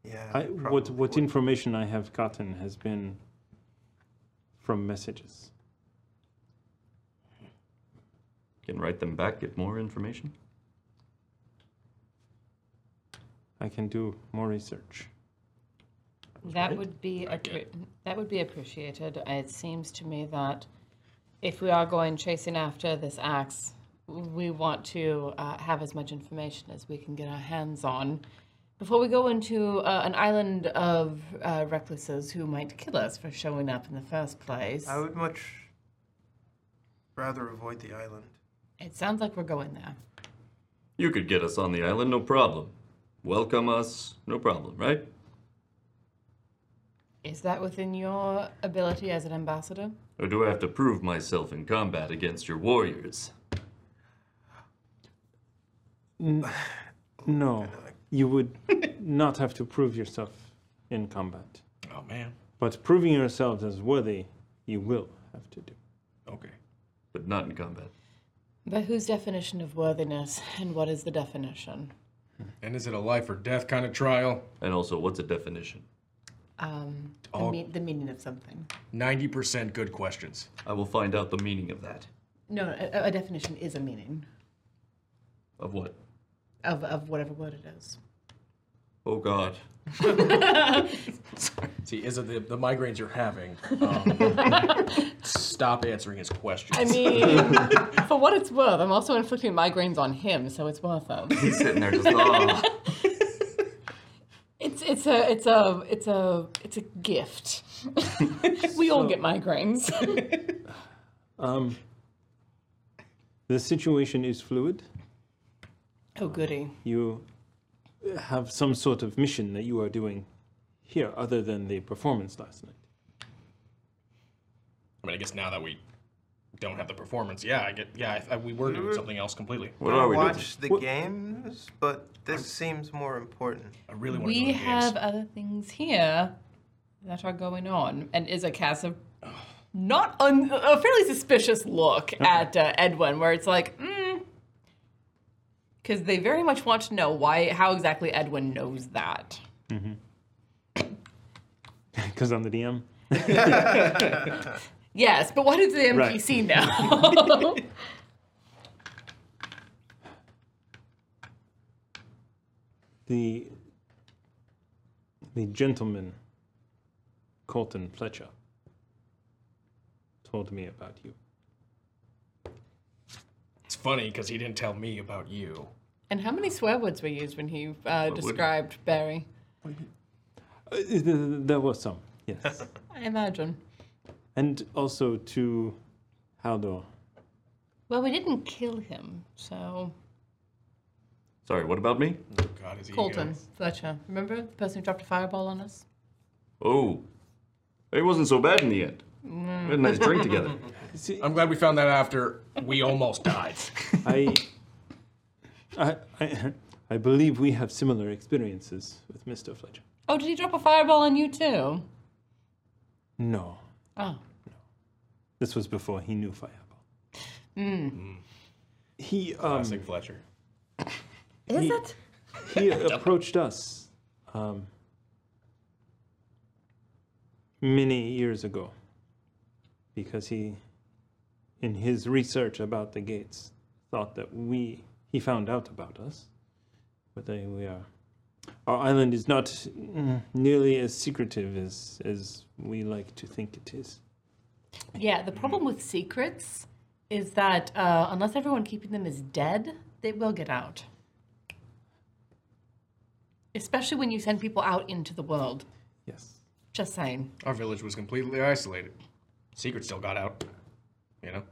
Speaker 5: Yeah.
Speaker 1: I,
Speaker 5: they
Speaker 1: what
Speaker 5: probably
Speaker 1: what
Speaker 5: would.
Speaker 1: information I have gotten has been from messages.
Speaker 7: Can write them back, get more information?
Speaker 1: I can do more research.
Speaker 6: That would be appre- that would be appreciated. It seems to me that if we are going chasing after this axe, we want to uh, have as much information as we can get our hands on before we go into uh, an island of uh, recluses who might kill us for showing up in the first place.
Speaker 5: I would much rather avoid the island.
Speaker 6: It sounds like we're going there.
Speaker 7: You could get us on the island, no problem. Welcome us, no problem, right?
Speaker 6: Is that within your ability as an ambassador?
Speaker 7: Or do I have to prove myself in combat against your warriors?
Speaker 1: No, you would not have to prove yourself in combat.
Speaker 2: Oh man.
Speaker 1: But proving yourselves as worthy, you will have to do.
Speaker 2: Okay.
Speaker 7: But not in combat.
Speaker 6: But whose definition of worthiness and what is the definition?
Speaker 2: And is it a life or death kind of trial?
Speaker 7: And also, what's a definition?
Speaker 6: Um, the,
Speaker 2: Oh.
Speaker 6: mean, the meaning of something.
Speaker 2: 90% good questions.
Speaker 7: I will find out the meaning of that.
Speaker 6: No, a, a definition is a meaning
Speaker 7: Of what?
Speaker 6: of, of whatever word it is.
Speaker 7: Oh God.
Speaker 2: See, Izza, the, the migraines you're having, um, stop answering his questions.
Speaker 6: I mean, for what it's worth, I'm also inflicting migraines on him, so it's worth it.
Speaker 7: He's sitting there just, oh.
Speaker 6: It's it's a it's a it's a it's a gift. we all get migraines.
Speaker 1: Um, the situation is fluid.
Speaker 6: oh goody.
Speaker 1: You have some sort of mission that you are doing here other than the performance last night.
Speaker 2: I mean, I guess now that we don't have the performance, yeah, I get, yeah, I, I, we were doing something else completely.
Speaker 5: I watched the games, but this seems more important.
Speaker 2: I really
Speaker 6: We have other things here that are going on, and Izza casts a not un, a fairly suspicious look at uh, Edwin, where it's like, because they very much want to know why, how exactly Edwin knows that.
Speaker 1: Because I'm the DM.
Speaker 6: Yes, but what does the
Speaker 1: Right.
Speaker 6: NPC know?
Speaker 1: The the gentleman, Colton Fletcher, told me about you.
Speaker 2: It's funny because he didn't tell me about you.
Speaker 6: and how many swear words were used when he uh, described Barry?
Speaker 1: Uh, th- th- there was some, yes.
Speaker 6: I imagine.
Speaker 1: and also to Haldor.
Speaker 6: Well, we didn't kill him, so
Speaker 7: Sorry, what about me?
Speaker 2: God, is he
Speaker 6: Colton Fletcher. Remember the person who dropped a fireball on us?
Speaker 7: Oh. It wasn't so bad in the end. We had a nice drink together.
Speaker 2: I'm glad we found that after we almost died.
Speaker 1: I, I, I, I believe we have similar experiences with Mr. Fletcher.
Speaker 6: Oh, did he drop a fireball on you too?
Speaker 1: No,
Speaker 6: Oh.
Speaker 1: this was before he knew Fireball.
Speaker 6: Mm.
Speaker 1: He, um,
Speaker 2: Classic Fletcher.
Speaker 1: Is it? He approached us um, many years ago because he, in his research about the gates, thought that we, he found out about us, but they, we are. Our island is not mm, nearly as secretive as, as we like to think it is.
Speaker 6: Yeah, the problem with secrets is that uh, unless everyone keeping them is dead, they will get out. Especially when you send people out into the world.
Speaker 1: Yes.
Speaker 6: Just saying.
Speaker 2: Our village was completely isolated. Secret still got out. You know?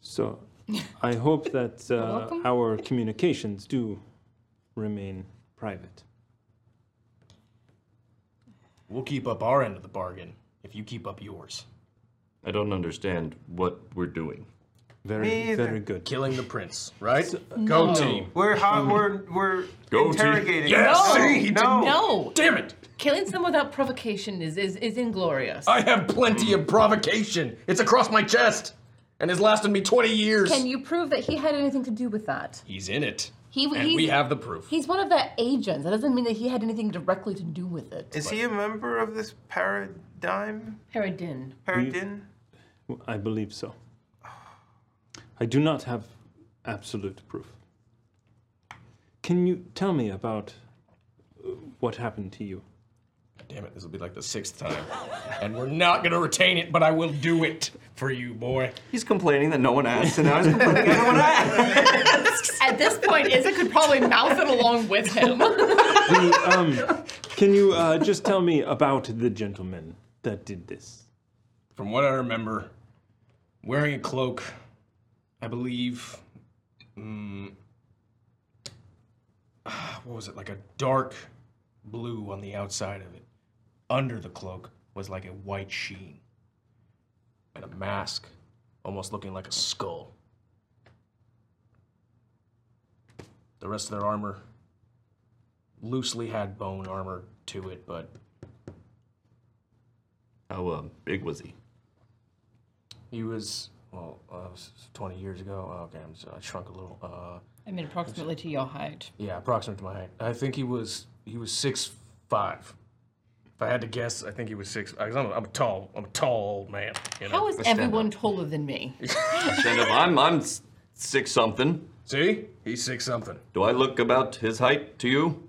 Speaker 1: So I hope that uh,
Speaker 6: welcome.
Speaker 1: our communications do remain private.
Speaker 2: We'll keep up our end of the bargain if you keep up yours.
Speaker 7: I don't understand what we're doing.
Speaker 1: Very, very good.
Speaker 2: Killing the prince, right? Go team.
Speaker 5: We're hot. We're we're
Speaker 7: Go
Speaker 5: interrogating.
Speaker 2: Yeah,
Speaker 6: No.
Speaker 2: see, he
Speaker 5: No.
Speaker 6: No!
Speaker 2: Oh, Damn it!
Speaker 6: Killing someone without provocation is, is, is inglorious.
Speaker 2: I have plenty of provocation. It's across my chest, and has lasted me 20 years.
Speaker 6: Can you prove that he had anything to do with that?
Speaker 2: He's in it.
Speaker 6: He,
Speaker 2: and we have the proof.
Speaker 6: He's one of their agents. That doesn't mean that he had anything directly to do with it.
Speaker 5: Is he a member of this paradigm?
Speaker 6: Peridin.
Speaker 5: Paradigm?
Speaker 1: I believe so. I do not have absolute proof. Can you tell me about uh, what happened to you?
Speaker 2: Damn it, this will be like the sixth time. and we're not gonna retain it, but I will do it for you, boy.
Speaker 7: He's complaining that no one asked, and now he's complaining that no one asked.
Speaker 6: At this point, Izza could probably mouth it along with him.
Speaker 1: The, um, can you uh, just tell me about the gentleman that did this?
Speaker 2: From what I remember, wearing a cloak, I believe. mm, ah, what was it? Like a dark blue on the outside of it. Under the cloak was like a white sheen. And a mask, almost looking like a skull. The rest of their armor loosely had bone armor to it, but
Speaker 7: How uh, big was he?
Speaker 2: He was well, uh, s- s- 20 years ago. Oh, okay, I'm, s- I shrunk a little. Uh,
Speaker 6: I mean, approximately to your height.
Speaker 2: yeah, approximate to my height. I think he was he was six five. If I had to guess, I think he was six. I, I'm, a, I'm a tall, I'm a tall old man. You know?
Speaker 6: How is everyone taller than me?
Speaker 7: Stand up. I'm, I'm s- Six something.
Speaker 2: See? He's six something.
Speaker 7: Do I look about his height to you?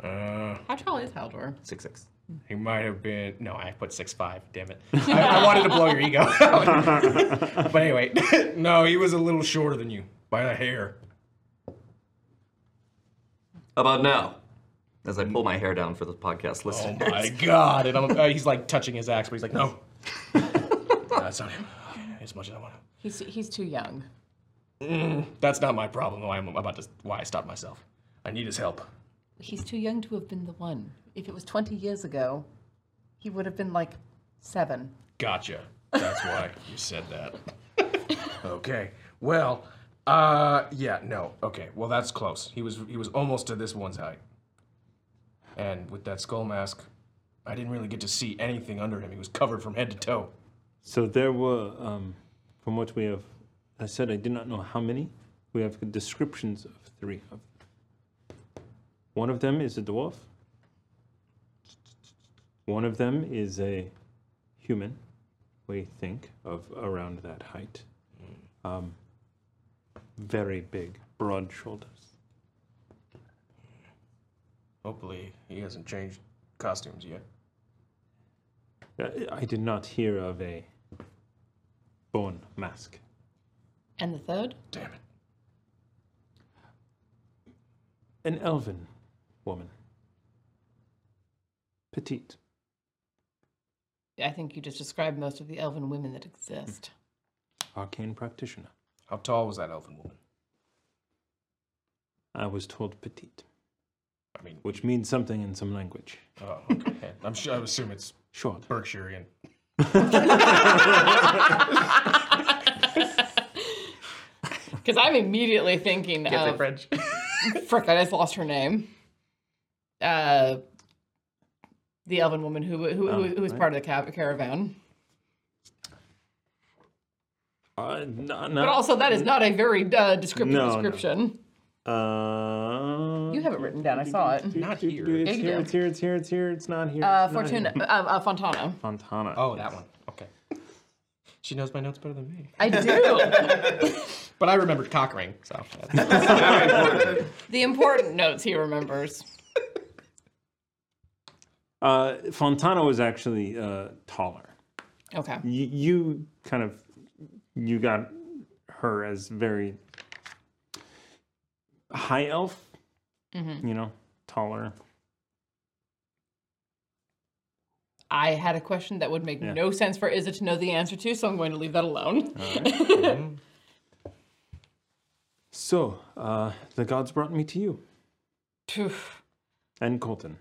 Speaker 2: Uh,
Speaker 6: How tall is Haldor?
Speaker 7: six six.
Speaker 2: He might have been. No, I put six five. Damn it! I, I wanted to blow your ego. out. but anyway, no, he was a little shorter than you by a hair.
Speaker 7: About now. As I pull my hair down for this podcast listeners.
Speaker 2: Oh my god! And I'm, uh, he's like touching his axe, but he's like, no, that's not him. As much as I want to.
Speaker 6: He's he's too young.
Speaker 2: Mm, that's not my problem. Why I'm about to. Why I stopped myself. I need his help.
Speaker 6: He's too young to have been the one. If it was 20 years ago, he would have been like seven.
Speaker 2: Gotcha. That's why you said that. okay. Well, uh, yeah, no. Okay. Well, that's close. He was he was almost to this one's height. And with that skull mask, I didn't really get to see anything under him. He was covered from head to toe.
Speaker 1: So there were, um, from what we have, I said I do not know how many. We have descriptions of three of them. One of them is a dwarf. One of them is a human, we think, of around that height. Um, very big, broad shoulders.
Speaker 2: Hopefully, he hasn't changed costumes yet.
Speaker 1: Uh, I did not hear of a bone mask.
Speaker 6: And the third?
Speaker 2: Damn it.
Speaker 1: An elven woman. Petite.
Speaker 6: I think you just described most of the elven women that exist.
Speaker 1: arcane practitioner.
Speaker 2: How tall was that elven woman?
Speaker 1: I was told petite.
Speaker 2: I mean-
Speaker 1: which means something in some language.
Speaker 2: Oh, okay. I'm sure. I assume it's
Speaker 1: Short.
Speaker 2: Berkshire
Speaker 6: Because I'm immediately thinking of
Speaker 8: French.
Speaker 6: frick, I just lost her name. Uh, the elven woman who who, who,
Speaker 1: Oh,
Speaker 6: who was
Speaker 1: right.
Speaker 6: part of the ca- caravan.
Speaker 1: Uh, no, no.
Speaker 6: But also, that is not a very uh, descriptive
Speaker 1: No, no.
Speaker 6: description.
Speaker 1: Uh,
Speaker 6: You have it written down. I saw it.
Speaker 2: Not here.
Speaker 1: It's
Speaker 6: you
Speaker 1: here,
Speaker 6: do.
Speaker 1: it's here, it's here, it's here, it's not here.
Speaker 6: Uh,
Speaker 1: it's not here.
Speaker 6: Fortuna, uh, uh, Fontana.
Speaker 1: Fontana.
Speaker 2: Oh, that one. Okay. She knows my notes better than me.
Speaker 6: I do.
Speaker 2: But I remembered Cockring, so.
Speaker 6: the important notes he remembers.
Speaker 1: Uh, Fontana was actually uh, taller.
Speaker 6: Okay.
Speaker 1: You, you kind of you got her as very high elf,
Speaker 6: Mhm.
Speaker 1: you know, taller.
Speaker 6: I had a question that would make
Speaker 1: Yeah.
Speaker 6: no sense for Izza to know the answer to, so I'm going to leave that alone.
Speaker 1: So uh, the gods brought me to you
Speaker 6: Phew.
Speaker 1: and Colton.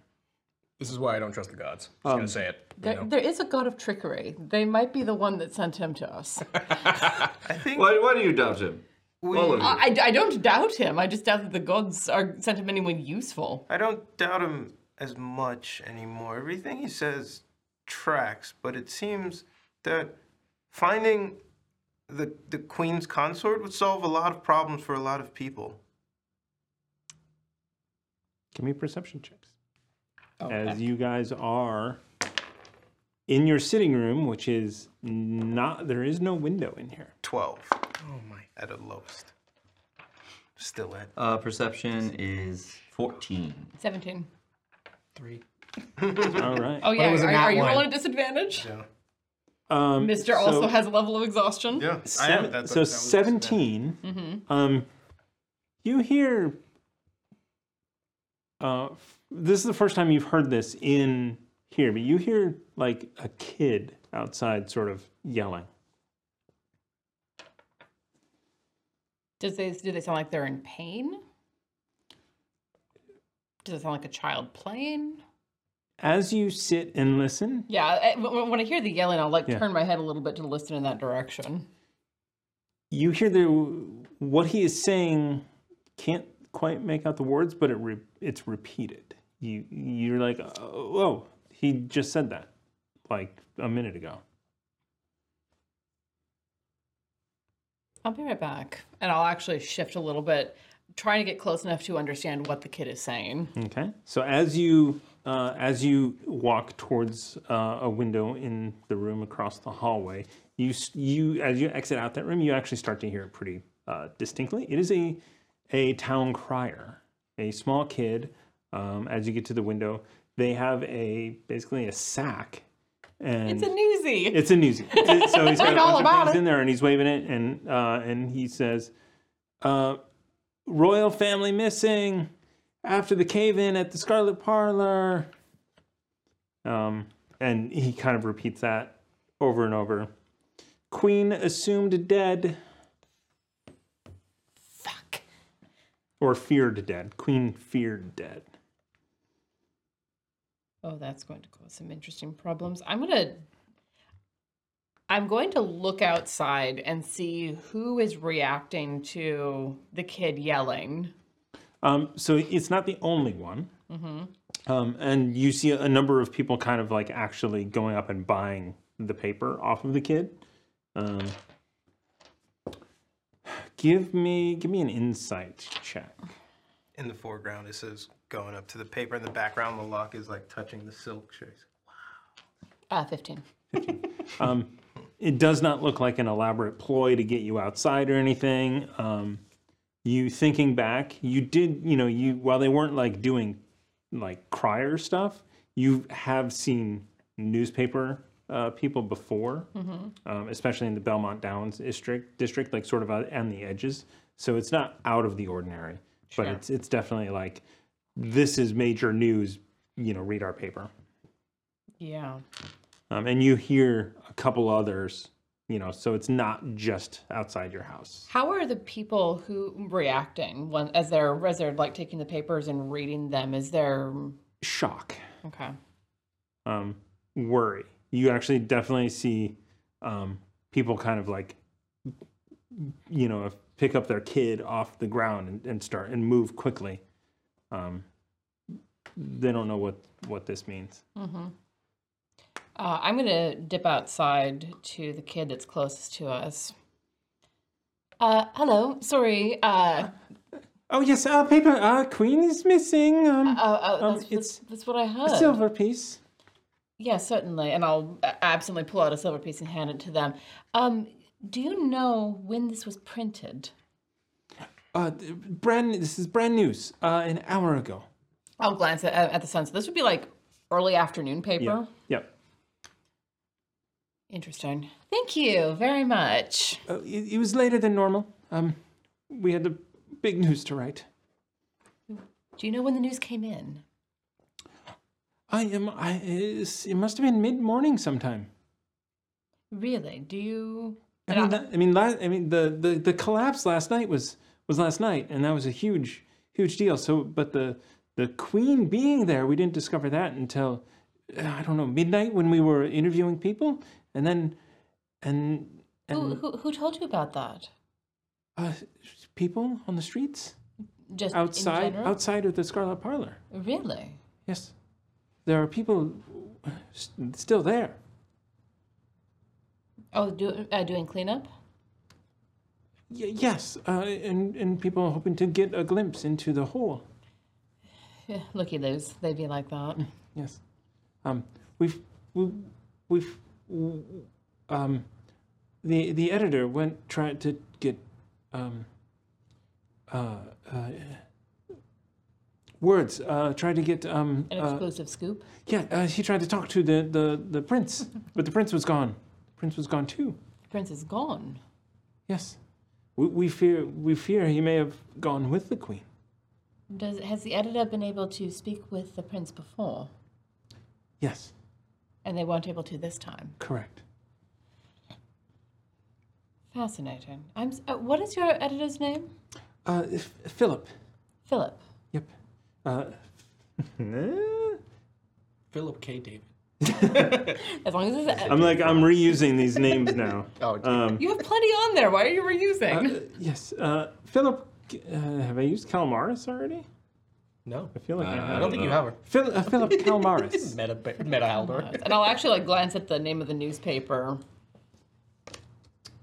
Speaker 2: This is why I don't trust the gods. Just
Speaker 1: Um,
Speaker 2: gonna say it. you
Speaker 6: There,
Speaker 2: know.
Speaker 6: there is a god of trickery. They might be the one that sent him to us.
Speaker 7: Why, why do you doubt him? All of you.
Speaker 6: I, I don't doubt him. I just doubt that the gods are sent him anyone useful.
Speaker 5: I don't doubt him as much anymore. Everything he says tracks, but it seems that finding the the queen's consort would solve a lot of problems for a lot of people.
Speaker 1: Give me perception checks. As you guys are in your sitting room, which is not, there is no window in here.
Speaker 5: 12. Oh my. At the lowest. Still at.
Speaker 7: Uh, perception is 14.
Speaker 6: 17.
Speaker 2: Three.
Speaker 1: All right.
Speaker 6: Oh, yeah.
Speaker 2: was a
Speaker 6: Are,
Speaker 2: nat
Speaker 6: are you
Speaker 2: one.
Speaker 6: rolling a disadvantage?
Speaker 1: Um,
Speaker 6: Mr.
Speaker 1: so-
Speaker 6: also has a level of exhaustion.
Speaker 5: Yeah.
Speaker 1: Sev- so 17 um you hear uh f- this is the first time you've heard this in here but you hear like a kid outside sort of yelling
Speaker 6: Does they, do they sound like they're in pain? Does it sound like a child playing?
Speaker 1: as you sit and listen
Speaker 6: Yeah, I- when when I hear the yelling, I'll like
Speaker 1: Yeah.
Speaker 6: turn my head a little bit to listen in that direction.
Speaker 1: you hear the what he is saying can't quite make out the words but it re, it's repeated you you're like oh he just said that like a minute ago
Speaker 6: I'll be right back. And I'll actually shift a little bit, trying to get close enough to understand what the kid is saying.
Speaker 1: Okay. So as you uh, as you walk towards uh, a window in the room across the hallway, you s- you as you exit out that room, you actually start to hear it pretty uh, distinctly. It is a a town crier, a small kid. Um, as you get to the window, they have a basically a sack. And
Speaker 6: It's a newsie.
Speaker 1: It's a newsie. It's- so he's got a
Speaker 6: Read all
Speaker 1: bunch of
Speaker 6: about
Speaker 1: things
Speaker 6: it.
Speaker 1: in there, and he's waving it, and uh, and he says, uh, "Royal family missing after the cave-in at the Scarlet Parlor." Um, and he kind of repeats that over and over. Queen assumed dead. Fuck. Or feared dead. Queen feared dead.
Speaker 6: Oh, that's going to cause some interesting problems. I'm gonna I'm going to look outside and see who is reacting to the kid yelling.
Speaker 1: Um, so it's not the only one.
Speaker 6: Mm-hmm.
Speaker 1: Um, and you see a number of people kind of like actually going up and buying the paper off of the kid. Um, give me give me an insight check.
Speaker 5: In the foreground, it says going up to the paper. In the background, the lock is like touching the silk chase.
Speaker 6: Uh, 15.
Speaker 1: Um, it does not look like an elaborate ploy to get you outside or anything. Um, you thinking back, you did, you know, you while they weren't like doing like crier stuff, you have seen newspaper uh, people before,
Speaker 9: Mhm.
Speaker 1: um, especially in the Belmont Downs district, district like sort of out- on the edges. So it's not out of the ordinary,
Speaker 6: Sure.
Speaker 1: but it's it's definitely like this is major news. You know, read our paper.
Speaker 6: Yeah.
Speaker 1: Um, and you hear a couple others, you know, so it's not just outside your house.
Speaker 6: How are the people who reacting when as they're as they're like taking the papers and reading them? Is there
Speaker 1: Shock,
Speaker 6: okay?
Speaker 1: um, worry. You actually definitely see um, people kind of like, you know, pick up their kid off the ground and, and start and move quickly. Um, they don't know what what this means.
Speaker 6: Mm-hmm. Uh, I'm gonna dip outside to the kid that's closest to us. Uh, hello. Sorry. Uh,
Speaker 1: Oh yes, uh, paper. Uh, queen is missing. Um,
Speaker 6: oh, oh,
Speaker 1: um,
Speaker 6: that's,
Speaker 1: it's
Speaker 6: that's what I
Speaker 1: a
Speaker 6: heard.
Speaker 1: silver piece.
Speaker 6: Yeah, certainly. And I'll uh, absolutely pull out a silver piece and hand it to them. Um, do you know when this was printed?
Speaker 1: Uh, brand. This is brand news. Uh, an hour ago.
Speaker 6: I'll glance at, at the sunset. This would be like early afternoon paper.
Speaker 1: Yeah. Yep.
Speaker 6: Interesting. Thank you very much.
Speaker 1: Uh, it, it was later than normal. Um, we had the big news to write.
Speaker 6: Do you know when the news came in?
Speaker 1: I am. I. it's- It must have been mid morning sometime.
Speaker 6: Really? Do you?
Speaker 1: I mean, that, I mean, la- I mean, the, the the collapse last night was was last night, and that was a huge huge deal. So, but the the queen being there, we didn't discover that until uh, I don't know midnight when we were interviewing people, and then and
Speaker 6: Who,
Speaker 1: and
Speaker 6: who, who told you about that?
Speaker 1: uh, people on the streets
Speaker 6: Just in
Speaker 1: outside
Speaker 6: general?
Speaker 1: outside of the Scarlet Parlor.
Speaker 6: Really?
Speaker 1: Yes, there are people s- still there.
Speaker 6: Oh, do, uh, doing cleanup?
Speaker 1: Y- yes, uh, and and people are hoping to get a glimpse into the hole.
Speaker 6: Yeah, looky loos. They'd be like that.
Speaker 1: Yes, um, we've we, we've w- um, the the editor went tried to get um, uh, uh, words. Uh, tried to get um,
Speaker 6: An
Speaker 1: uh,
Speaker 6: exclusive scoop?
Speaker 1: yeah. Uh, he tried to talk to the the the prince, but the prince was gone. The prince was gone too.
Speaker 6: Prince is gone.
Speaker 1: Yes, we, we fear we fear he may have gone with the queen.
Speaker 6: Does, has the editor been able to speak with the prince before?
Speaker 1: Yes,
Speaker 6: And they weren't able to this time?
Speaker 1: correct.
Speaker 6: Fascinating. I'm. s- Uh, what is your editor's name?
Speaker 1: Uh, F- Philip.
Speaker 6: Philip.
Speaker 1: Uh,
Speaker 2: Philip K. David.
Speaker 6: As long as it's. uh,
Speaker 1: I'm like I'm reusing these names now. oh, um,
Speaker 6: You have plenty on there. Why are you reusing?
Speaker 1: yes, uh, Philip. Uh, have I used Calmaris already?
Speaker 2: No,
Speaker 1: I feel like I,
Speaker 2: I
Speaker 1: have.
Speaker 2: don't think you have her.
Speaker 1: Phil, uh, Philip Calmaris.
Speaker 2: Meta, Meta Haldor.
Speaker 6: and I'll actually like glance at the name of the newspaper.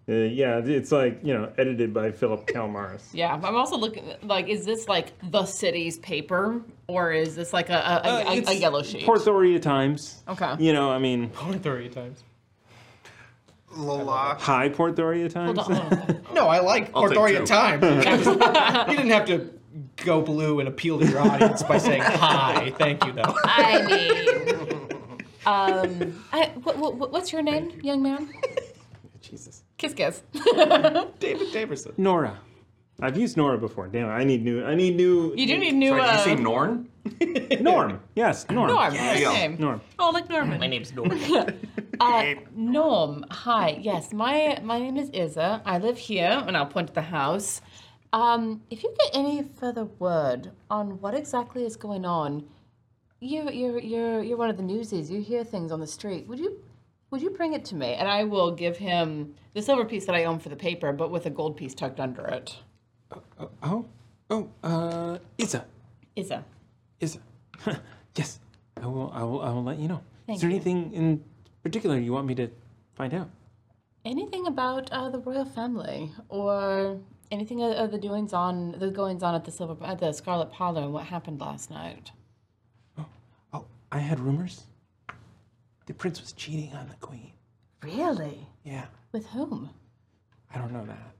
Speaker 1: Uh, yeah, it's like you know, edited by Philip Calmaris.
Speaker 6: Yeah, I'm also looking like, is this like the city's paper or is this like a a,
Speaker 9: Uh,
Speaker 6: a, a, a yellow sheet?
Speaker 1: Porthoria Times.
Speaker 6: Okay.
Speaker 1: You know, I mean.
Speaker 2: Porthoria Times.
Speaker 5: Lala.
Speaker 1: High Porthoria times?
Speaker 2: No, I like
Speaker 1: I'll take
Speaker 2: Orthoria
Speaker 1: two.
Speaker 2: time. That was- you didn't have to go blue and appeal to your audience by saying hi. Thank you, though.
Speaker 9: I mean, um, I, what, what, what's your name, young man?
Speaker 2: Jesus.
Speaker 9: Kiss kiss.
Speaker 2: David Daverson.
Speaker 1: Nora. I've used Nora before. Damn, I need new. I need new.
Speaker 9: You do need new, Sorry, did you
Speaker 6: um,
Speaker 9: uh, say Norn?
Speaker 1: Norm. Yes, Norm.
Speaker 9: Norm, nice Yeah. name.
Speaker 1: Norm.
Speaker 9: Oh, like Norman. My
Speaker 2: name's Norman.
Speaker 9: uh, Norm, hi. Yes, my my name is Izza. I live here, and I'll point to the house. Um, if you get any further word on what exactly is going on, you you're you're you're one of the newsies. You hear things on the street. Would you would you bring it to me?
Speaker 6: And I will give him the silver piece that I own for the paper, but with a gold piece tucked under it.
Speaker 10: Oh, oh, uh, Isa,
Speaker 6: Isa.
Speaker 10: Isa. yes, I will. I will. I will let you know.
Speaker 9: Thank
Speaker 10: Is there
Speaker 9: you.
Speaker 10: anything in particular you want me to find out?
Speaker 9: Anything about uh, the royal family or anything of, of the doings on the goings on at the silver at the Scarlet Parlor and what happened last night?
Speaker 10: Oh, I had rumors. The prince was cheating on the queen.
Speaker 9: Really?
Speaker 10: Yeah,
Speaker 9: With whom?
Speaker 10: I don't know that.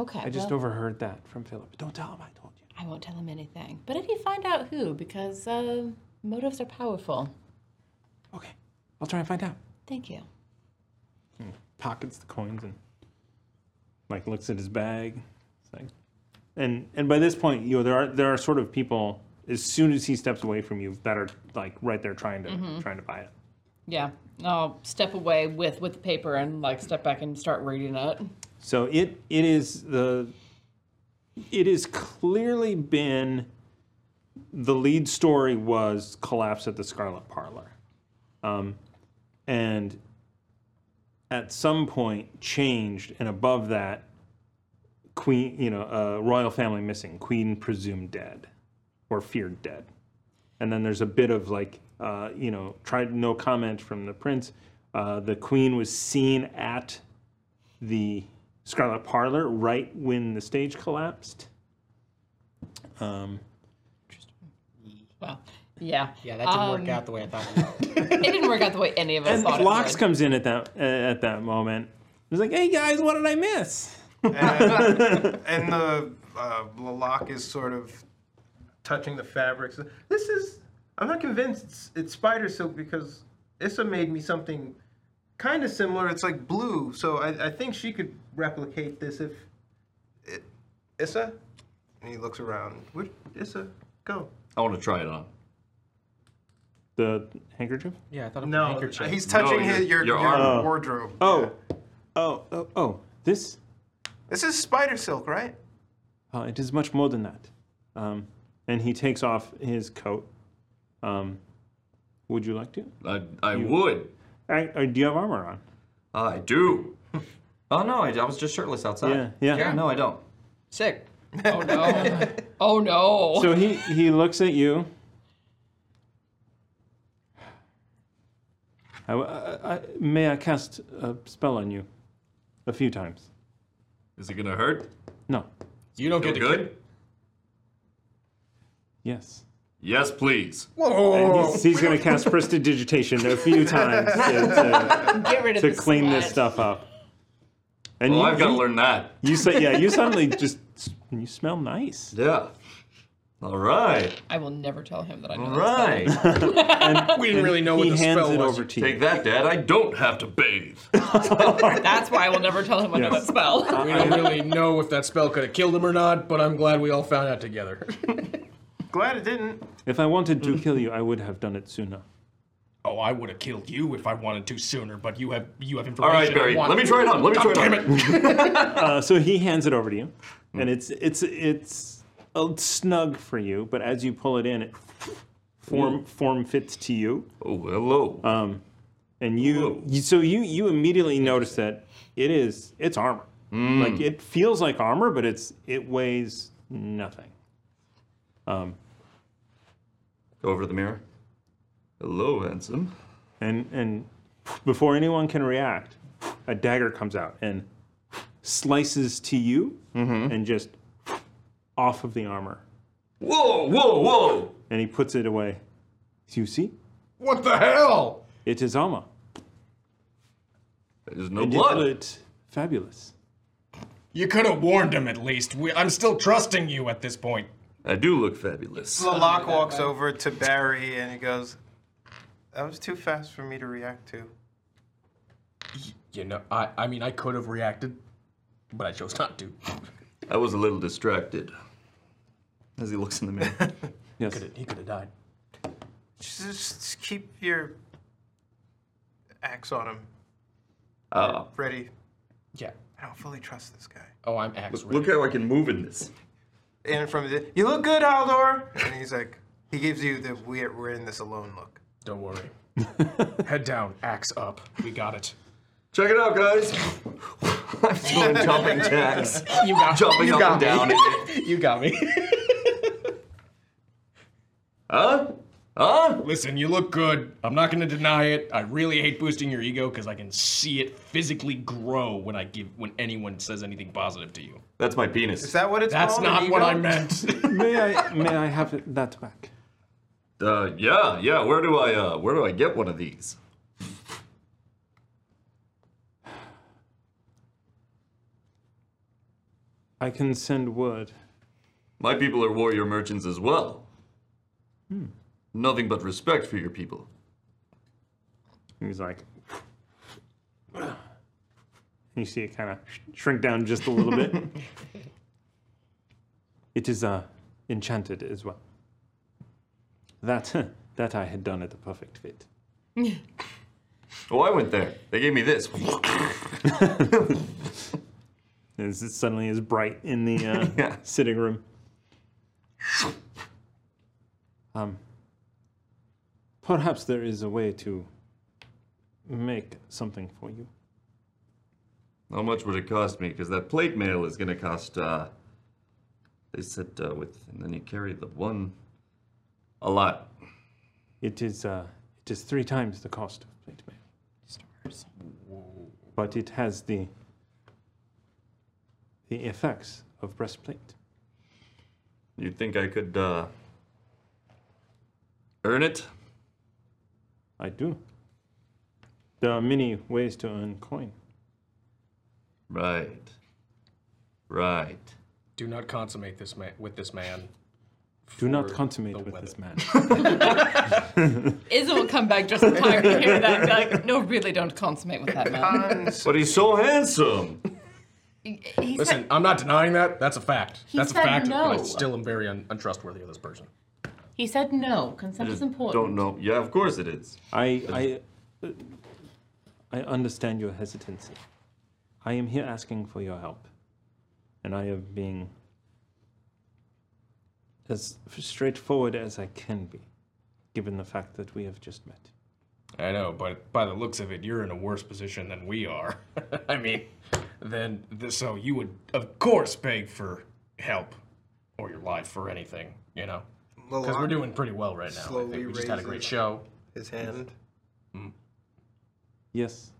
Speaker 9: Okay.
Speaker 10: I just
Speaker 9: well,
Speaker 10: overheard that from Philip. Don't tell him I told you.
Speaker 9: I won't tell him anything. But if you find out who, because uh, motives are powerful.
Speaker 10: I'll try and find out.
Speaker 9: Thank you.
Speaker 1: And Pockets the coins and like looks at his bag. It's like, and and by this point, you know there are there are sort of people as soon as he steps away from you that are like right there trying to
Speaker 6: Mhm.
Speaker 1: trying to buy it.
Speaker 6: Yeah. I'll step away with with the paper and like step back and start reading it.
Speaker 1: So it it is the it has clearly been the lead story was collapse at the Scarlet Parlor, um, and at some point changed, and above that, queen you know uh, royal family missing, queen presumed dead, or feared dead, and then there's a bit of like uh, you know tried no comment from the prince. Uh, the queen was seen at the Scarlet Parlor right when the stage collapsed. Um,
Speaker 6: Well, yeah.
Speaker 2: Yeah, that didn't
Speaker 6: Um,
Speaker 2: work out the way I thought it would.
Speaker 6: It didn't work out the way any of us
Speaker 1: and
Speaker 6: thought
Speaker 1: Locks
Speaker 6: it would.
Speaker 1: comes in at that uh, at that moment. He's like, "Hey guys, what did I miss?"
Speaker 5: and the uh, Lalak is sort of touching the fabrics. This is. I'm not convinced it's, it's spider silk because Issa made me something kind of similar. It's like blue, so I, I think she could replicate this if. It, Issa? And he looks around. Where, Issa, go.
Speaker 7: I want to try it on.
Speaker 1: The handkerchief?
Speaker 2: Yeah, I thought
Speaker 5: No, he's touching his, your, your,
Speaker 1: Oh.
Speaker 5: wardrobe.
Speaker 1: Oh, oh, oh, oh! This
Speaker 5: This is spider silk, right?
Speaker 1: Uh, it is much more than that. Um, and he takes off his coat. Um, would you like to?
Speaker 7: I, I would.
Speaker 1: I, I, do you have armor on?
Speaker 7: I do.
Speaker 11: oh no, I, I was just shirtless
Speaker 6: Uh,
Speaker 11: outside.
Speaker 1: Yeah, yeah. Yeah.
Speaker 11: No, I don't.
Speaker 6: Sick. Oh no. oh no.
Speaker 1: So he, he looks at you. I, I, I- may I cast a spell on you a few times?
Speaker 7: Is it gonna hurt?
Speaker 1: No.
Speaker 2: You don't
Speaker 7: Feel
Speaker 2: get to
Speaker 7: good.
Speaker 1: Yes.
Speaker 7: Yes, please.
Speaker 1: And he's he's going to cast prestidigitation a few times to,
Speaker 6: Get rid
Speaker 1: to,
Speaker 6: of
Speaker 1: to
Speaker 6: the
Speaker 1: clean this
Speaker 6: sweat.
Speaker 1: stuff up. And
Speaker 7: Well, I've gotta learn that.
Speaker 1: You said, yeah. You suddenly just you smell nice.
Speaker 7: Yeah. All right.
Speaker 6: I will never tell him that I know.
Speaker 7: All
Speaker 6: that spell.
Speaker 7: right.
Speaker 6: We didn't really know what
Speaker 7: he
Speaker 6: the
Speaker 7: hands
Speaker 6: spell
Speaker 7: it
Speaker 6: was.
Speaker 7: Over to Take that, Dad. I don't have to bathe.
Speaker 6: That's why I will never tell him I know that spell.
Speaker 2: We don't really know if that spell could have killed him or not, but I'm glad we all found out together.
Speaker 5: Glad it didn't.
Speaker 1: If I wanted
Speaker 6: Mm-hmm.
Speaker 1: to kill you, I would have done it sooner.
Speaker 2: Oh, I would have killed you if I wanted to sooner, but you have you have
Speaker 1: All
Speaker 2: information.
Speaker 1: right, Barry,
Speaker 2: I want.
Speaker 1: let me try it on, let me
Speaker 2: God
Speaker 1: try it
Speaker 2: damn it.
Speaker 1: uh, so he hands it over to you, and it's it's it's a snug for you. But as you pull it in, it form form fits to you.
Speaker 7: Oh, hello.
Speaker 2: Uh.
Speaker 1: Um, and you, you so you you immediately notice that it is it's armor. Like it feels like armor, but it's it weighs nothing. Um,
Speaker 7: Go over to the mirror. Hello, handsome.
Speaker 1: And and before anyone can react, a dagger comes out and slices to you and just off of the armor.
Speaker 7: Whoa, whoa, whoa!
Speaker 1: And he puts it away. You see?
Speaker 2: What the hell?
Speaker 1: It is Alma.
Speaker 7: There's no
Speaker 1: And you
Speaker 7: blood.
Speaker 1: looked Fabulous.
Speaker 2: You could have warned him at least. We, I'm still trusting you at this point.
Speaker 7: I do look fabulous.
Speaker 5: Locke walks over to Barry and he goes, "That was too fast for me to react to."
Speaker 2: You know, I, I mean, I could have reacted, but I chose not to.
Speaker 7: I was a little distracted as he looks in the mirror.
Speaker 1: yes.
Speaker 2: He could have died.
Speaker 5: Just, just keep your axe on him,
Speaker 7: Uh,
Speaker 5: ready.
Speaker 2: Yeah.
Speaker 5: I don't fully trust this guy.
Speaker 2: Oh, I'm axe
Speaker 7: look, look how I can move in this.
Speaker 5: And from the, you look good, Haldor. And he's like, he gives you the we're, we're in this alone look.
Speaker 2: Don't worry. Head down, axe up. We got it.
Speaker 7: Check it out, guys. I'm doing jumping jacks.
Speaker 2: You got
Speaker 7: jumping
Speaker 2: you
Speaker 7: up
Speaker 2: got
Speaker 7: and
Speaker 2: me.
Speaker 7: down.
Speaker 2: you got me.
Speaker 7: Huh? Huh?
Speaker 2: Listen, you look good. I'm not gonna deny it. I really hate boosting your ego because I can see it physically grow when I give when anyone says anything positive to you.
Speaker 7: That's my penis.
Speaker 5: Is that what it's
Speaker 2: That's
Speaker 5: called, an
Speaker 2: not what
Speaker 5: ego?
Speaker 2: I meant.
Speaker 1: may I may I have it- that back?
Speaker 7: Uh, yeah, yeah. Where do I, uh, where do I get one of these?
Speaker 1: I can send word.
Speaker 7: My people are warrior merchants as well.
Speaker 1: Hmm.
Speaker 7: Nothing but respect for your people.
Speaker 1: He's like, you see it kind of shrink down just a little bit. it is uh, enchanted as well. That that I had done at the perfect fit.
Speaker 7: Oh, I went there. They gave me this.
Speaker 1: And It's, it suddenly is bright in the uh, sitting room. Um, perhaps there is a way to make something for you.
Speaker 7: How much would it cost me? Because that plate mail is going to cost. Uh, they said uh, with, and then you carry the one. A lot.
Speaker 1: It is uh, it is three times the cost of plate mail. But it has the the effects of breastplate.
Speaker 7: You think I could uh, earn it?
Speaker 1: I do. There are many ways to earn coin.
Speaker 7: Right. Right.
Speaker 2: Do not consummate this man with this man.
Speaker 1: Do not
Speaker 2: for
Speaker 1: consummate
Speaker 2: the
Speaker 1: with
Speaker 2: weather.
Speaker 1: this man.
Speaker 6: Izzy will come back just in time to hear that and be like, no, really don't consummate with that man.
Speaker 7: But he's so handsome.
Speaker 6: He's
Speaker 2: Listen, I'm not denying that. That's a fact.
Speaker 6: He
Speaker 2: That's a
Speaker 6: said
Speaker 2: fact. But I
Speaker 6: no.
Speaker 2: still am very un- untrustworthy of this person.
Speaker 6: He said no. Consent
Speaker 7: I
Speaker 6: is
Speaker 7: just
Speaker 6: important.
Speaker 7: don't know. Yeah, of course it is.
Speaker 1: I I uh, I understand your hesitancy. I am here asking for your help, and I am being as straightforward as I can be, given the fact that we have just met.
Speaker 2: I know, but by the looks of it, you're in a worse position than we are. I mean, then th- so you would of course beg for help or your life or anything, you know, because we're
Speaker 5: Lalonde
Speaker 2: doing pretty well right now. I
Speaker 5: slowly
Speaker 2: think we just had a great
Speaker 5: raises
Speaker 2: show.
Speaker 5: His hand,
Speaker 1: Yes.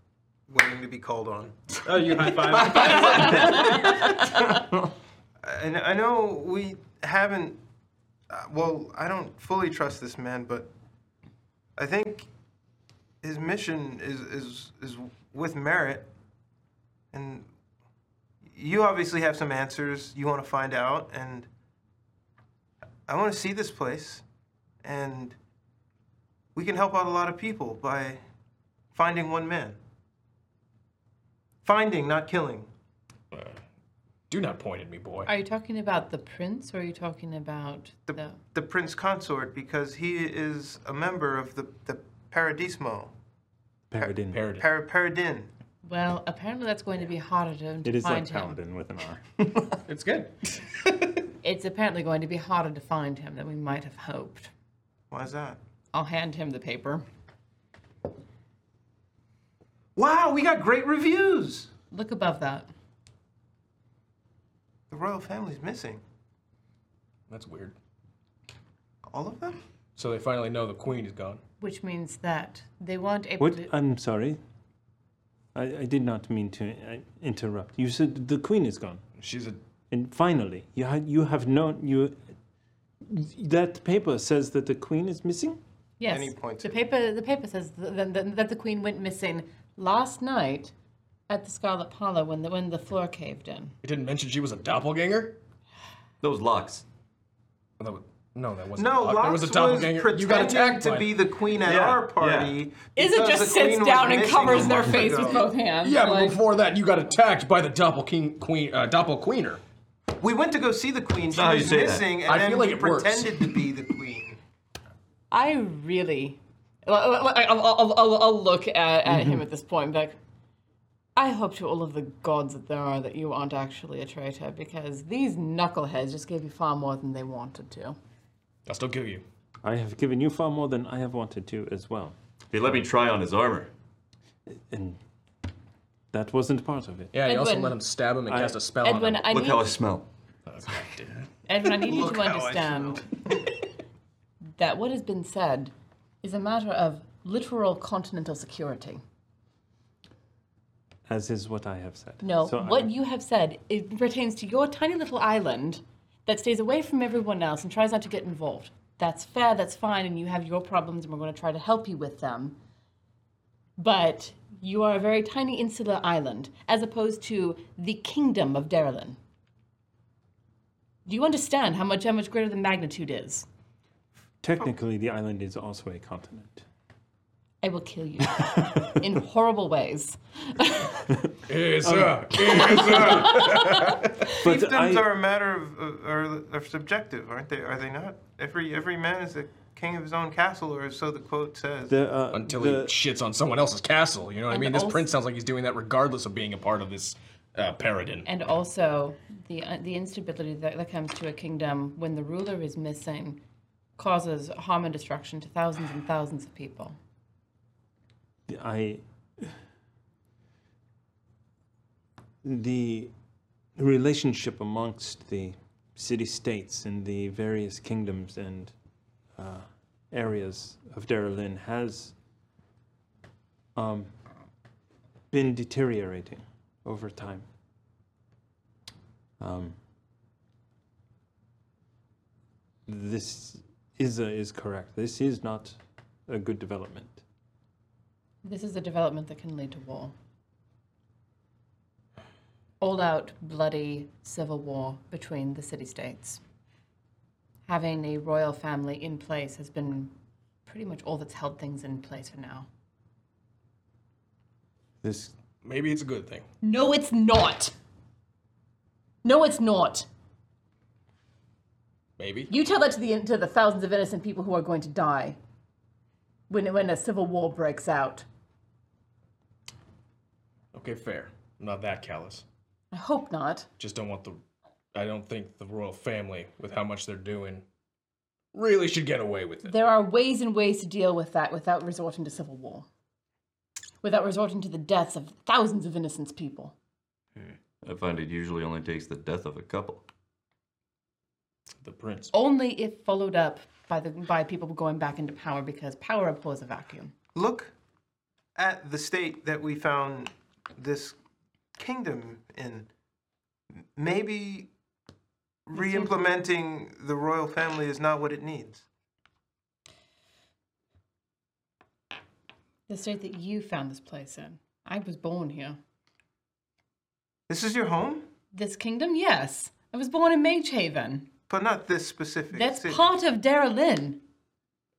Speaker 5: waiting to be called on.
Speaker 2: Oh, you high
Speaker 5: And I know we haven't. Uh, well, I don't fully trust this man, but I think his mission is is is with merit, and you obviously have some answers you want to find out, and I want to see this place, and we can help out a lot of people by finding one man. Finding, not killing.
Speaker 2: Uh, Do not point at me, boy.
Speaker 6: Are you talking about the prince or are you talking about the.
Speaker 5: the prince consort because he is a member of the, the Paradismo.
Speaker 1: Paradin.
Speaker 5: Par- Paradin.
Speaker 6: Well, apparently that's going to be harder to, to
Speaker 1: It is
Speaker 6: find
Speaker 1: like
Speaker 6: him.
Speaker 1: paladin with an R.
Speaker 2: It's good.
Speaker 6: It's apparently going to be harder to find him than we might have hoped.
Speaker 5: Why is that?
Speaker 6: I'll hand him the paper.
Speaker 5: Wow, we got great reviews.
Speaker 6: Look above that.
Speaker 5: The royal family's missing.
Speaker 2: That's weird.
Speaker 5: All of them?
Speaker 2: So they finally know the queen is gone.
Speaker 6: Which means that they weren't able
Speaker 1: What?
Speaker 6: to.
Speaker 1: I'm sorry. I, I did not mean to uh, interrupt. You said the queen is gone.
Speaker 2: She's a.
Speaker 1: And finally, you ha- you have known you. That paper says that the queen is missing.
Speaker 6: Yes. The paper. The paper says th- th- th- that the queen went missing last night at the Scarlet Parlor when the when the floor caved in.
Speaker 2: You didn't mention she was a doppelganger?
Speaker 11: Those locks.
Speaker 2: No, that wasn't.
Speaker 5: No,
Speaker 2: Locke.
Speaker 5: Locke
Speaker 2: That was
Speaker 5: was
Speaker 2: a doppelganger. You got
Speaker 5: pretending
Speaker 2: attacked
Speaker 5: to
Speaker 2: by-
Speaker 5: be the queen at
Speaker 2: Yeah,
Speaker 5: our
Speaker 2: yeah.
Speaker 5: party.
Speaker 6: Is it
Speaker 5: because
Speaker 6: just
Speaker 5: the
Speaker 6: sits
Speaker 5: queen
Speaker 6: down
Speaker 5: was
Speaker 6: and
Speaker 5: missing
Speaker 6: covers
Speaker 5: a
Speaker 6: their
Speaker 5: month
Speaker 6: face with
Speaker 5: ago.
Speaker 6: both hands?
Speaker 2: Yeah, but
Speaker 6: like-
Speaker 2: before that, you got attacked by the doppel king, queen, uh, doppel queener.
Speaker 5: We went to go see the queen. She
Speaker 2: not how you
Speaker 5: was
Speaker 2: say that.
Speaker 5: missing, and
Speaker 2: I
Speaker 5: then
Speaker 2: feel like
Speaker 5: we
Speaker 2: it works.
Speaker 5: pretended to be the queen.
Speaker 6: I really. I'll, I'll, I'll- I'll- I'll look at, at him
Speaker 2: Mm-hmm.
Speaker 5: Mhm.
Speaker 6: at this point, but I hope to all of the gods that there are that you aren't actually a traitor because these knuckleheads just gave you far more than they wanted to.
Speaker 2: I'll still give you.
Speaker 1: I have given you far more than I have wanted to as well.
Speaker 11: They let me try on his armor.
Speaker 1: And that wasn't part of it.
Speaker 2: Yeah, you also
Speaker 6: Edwin.
Speaker 2: let him stab him and
Speaker 1: I-
Speaker 2: cast a spell on
Speaker 6: Edwin, um,
Speaker 2: him.
Speaker 6: I Look need- how I
Speaker 11: smell.
Speaker 6: Edwin, I need you
Speaker 2: Look
Speaker 6: to
Speaker 2: how I
Speaker 6: understand that what has been said is a matter of literal continental security.
Speaker 1: As is what I have said.
Speaker 6: No,
Speaker 1: So
Speaker 6: what
Speaker 1: I'm-
Speaker 6: you have said it pertains to your tiny little island that stays away from everyone else and tries not to get involved. That's fair, that's fine, and you have your problems, and we're going to try to help you with them. But you are a very tiny insular island, as opposed to the kingdom of Derelin. Do you understand how much how much greater the magnitude is?
Speaker 1: Technically, the island is also a continent.
Speaker 6: I will kill you in horrible ways.
Speaker 2: Yes,
Speaker 1: sir. But
Speaker 5: Fiefdoms
Speaker 1: I-
Speaker 5: are a matter of, of are, are subjective, aren't they? Are they not? Every every man is the king of his own castle, or so the quote says.
Speaker 1: uh,
Speaker 2: Until he shits on someone else's castle, you know what I
Speaker 6: And
Speaker 2: mean? This
Speaker 6: also-
Speaker 2: prince sounds like he's doing that regardless of being a part of this uh, paradin.
Speaker 6: And also the uh, the instability that, that comes to a kingdom when the ruler is missing causes harm and destruction to thousands and thousands of people.
Speaker 1: I the relationship amongst the city states and the various kingdoms and uh, areas of Daralin has um, been deteriorating over time. Um, this Isa is correct. This is not a good development.
Speaker 6: This is a development that can lead to war. All out bloody civil war between the city states. Having a royal family in place has been pretty much all that's held things in place for now.
Speaker 1: This
Speaker 2: maybe it's a good thing.
Speaker 6: No, it's not. No, it's not.
Speaker 2: Maybe.
Speaker 6: You tell that to the to the thousands of innocent people who are going to die when when a civil war breaks out.
Speaker 2: Okay, fair. I'm not that callous.
Speaker 6: I hope not.
Speaker 2: Just don't want the. I don't think the royal family, with how much they're doing, really should get away with it.
Speaker 6: There are ways and ways to deal with that without resorting to civil war. Without resorting to the deaths of thousands of innocent people.
Speaker 11: I find it usually only takes the death of a couple.
Speaker 2: The prince.
Speaker 6: Only if followed up by the by people going back into power because power abhors a vacuum.
Speaker 5: Look at the state that we found this kingdom in. Maybe re-implementing the royal family is not what it needs.
Speaker 6: The state that you found this place in. I was born here.
Speaker 5: This is your home,
Speaker 6: This kingdom, yes. I was born in Magehaven.
Speaker 5: but not this specific.
Speaker 6: That's
Speaker 5: city.
Speaker 6: part of Dara Lynn.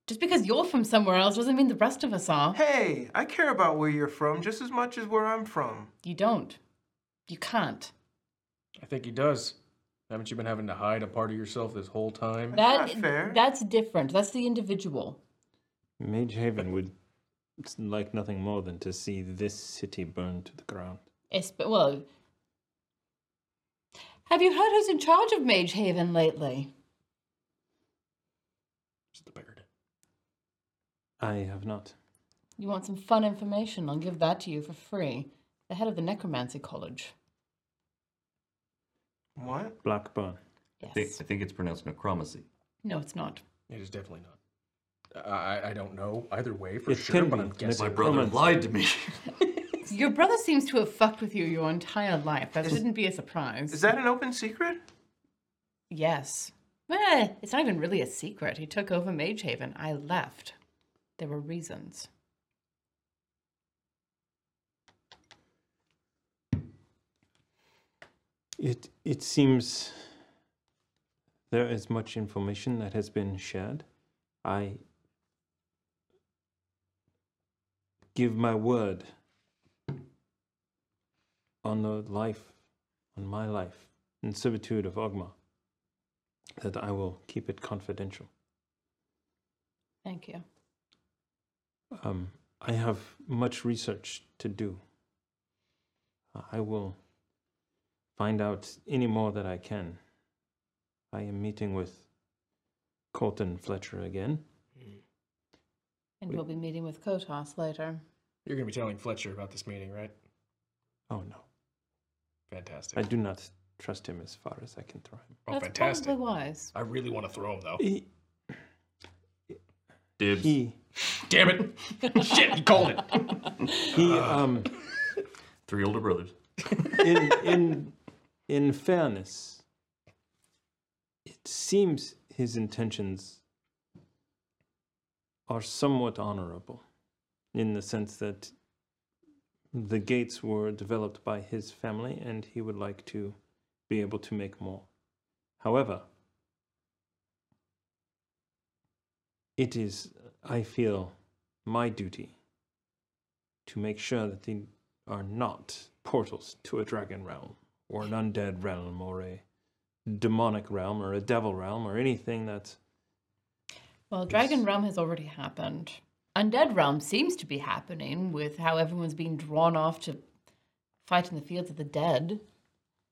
Speaker 6: Just because you're from somewhere else doesn't mean the rest of us are.
Speaker 5: Hey, I care about where you're from just as much as where I'm from.
Speaker 6: You don't. You can't.
Speaker 2: I think he does. Haven't you been having to hide a part of yourself this whole time?
Speaker 6: That that's different. That's the individual.
Speaker 1: Mage Haven would s- like nothing more than to see this city burned to the ground.
Speaker 6: Esp- well, have you heard who's in charge of Magehaven lately?
Speaker 1: I have not.
Speaker 6: You want some fun information? I'll give that to you for free. The head of the Necromancy College.
Speaker 5: What?
Speaker 1: Blackburn.
Speaker 11: I, think, I think it's pronounced necromancy.
Speaker 6: No, it's not.
Speaker 2: It is definitely not. I, I- I don't know either way for
Speaker 1: It
Speaker 2: sure,
Speaker 1: can
Speaker 2: but
Speaker 1: be.
Speaker 2: I'm guessing
Speaker 11: My brother
Speaker 1: Necromancy.
Speaker 11: lied to me.
Speaker 6: Your brother seems to have fucked with you your entire life. That shouldn't be a surprise.
Speaker 5: Is that an open secret?
Speaker 6: Yes. Eh, it's not even really a secret. He took over Magehaven. I left. There were reasons.
Speaker 1: It it seems there is much information that has been shared. I give my word on the life, on my life, and servitude of Ogma, that I will keep it confidential.
Speaker 6: Thank you.
Speaker 1: Um, I have much research to do. Uh, I will find out any more that I can. I am meeting with Colton Fletcher again.
Speaker 6: And we'll be meeting with Kotas later.
Speaker 2: You're going to be telling Fletcher about this meeting, right?
Speaker 1: Oh no,
Speaker 2: Fantastic.
Speaker 1: I do not trust him as far as I can throw him.
Speaker 2: Oh,
Speaker 6: That's
Speaker 2: fantastic.
Speaker 6: probably wise.
Speaker 2: I really want to throw him, though.
Speaker 1: He,
Speaker 11: Dibs.
Speaker 1: He,
Speaker 2: Damn it. Shit, you called it.
Speaker 1: he um,
Speaker 11: Three older brothers.
Speaker 1: in in in fairness, it seems his intentions are somewhat honorable, in the sense that the gates were developed by his family, and he would like to be able to make more. However, it is, I feel, my duty to make sure that they are not portals to a dragon realm or an undead realm or a demonic realm or a devil realm or anything that's
Speaker 6: Well, Dragon Realm has already happened. Undead Realm seems to be happening with how everyone's being drawn off to fight in the fields of the dead.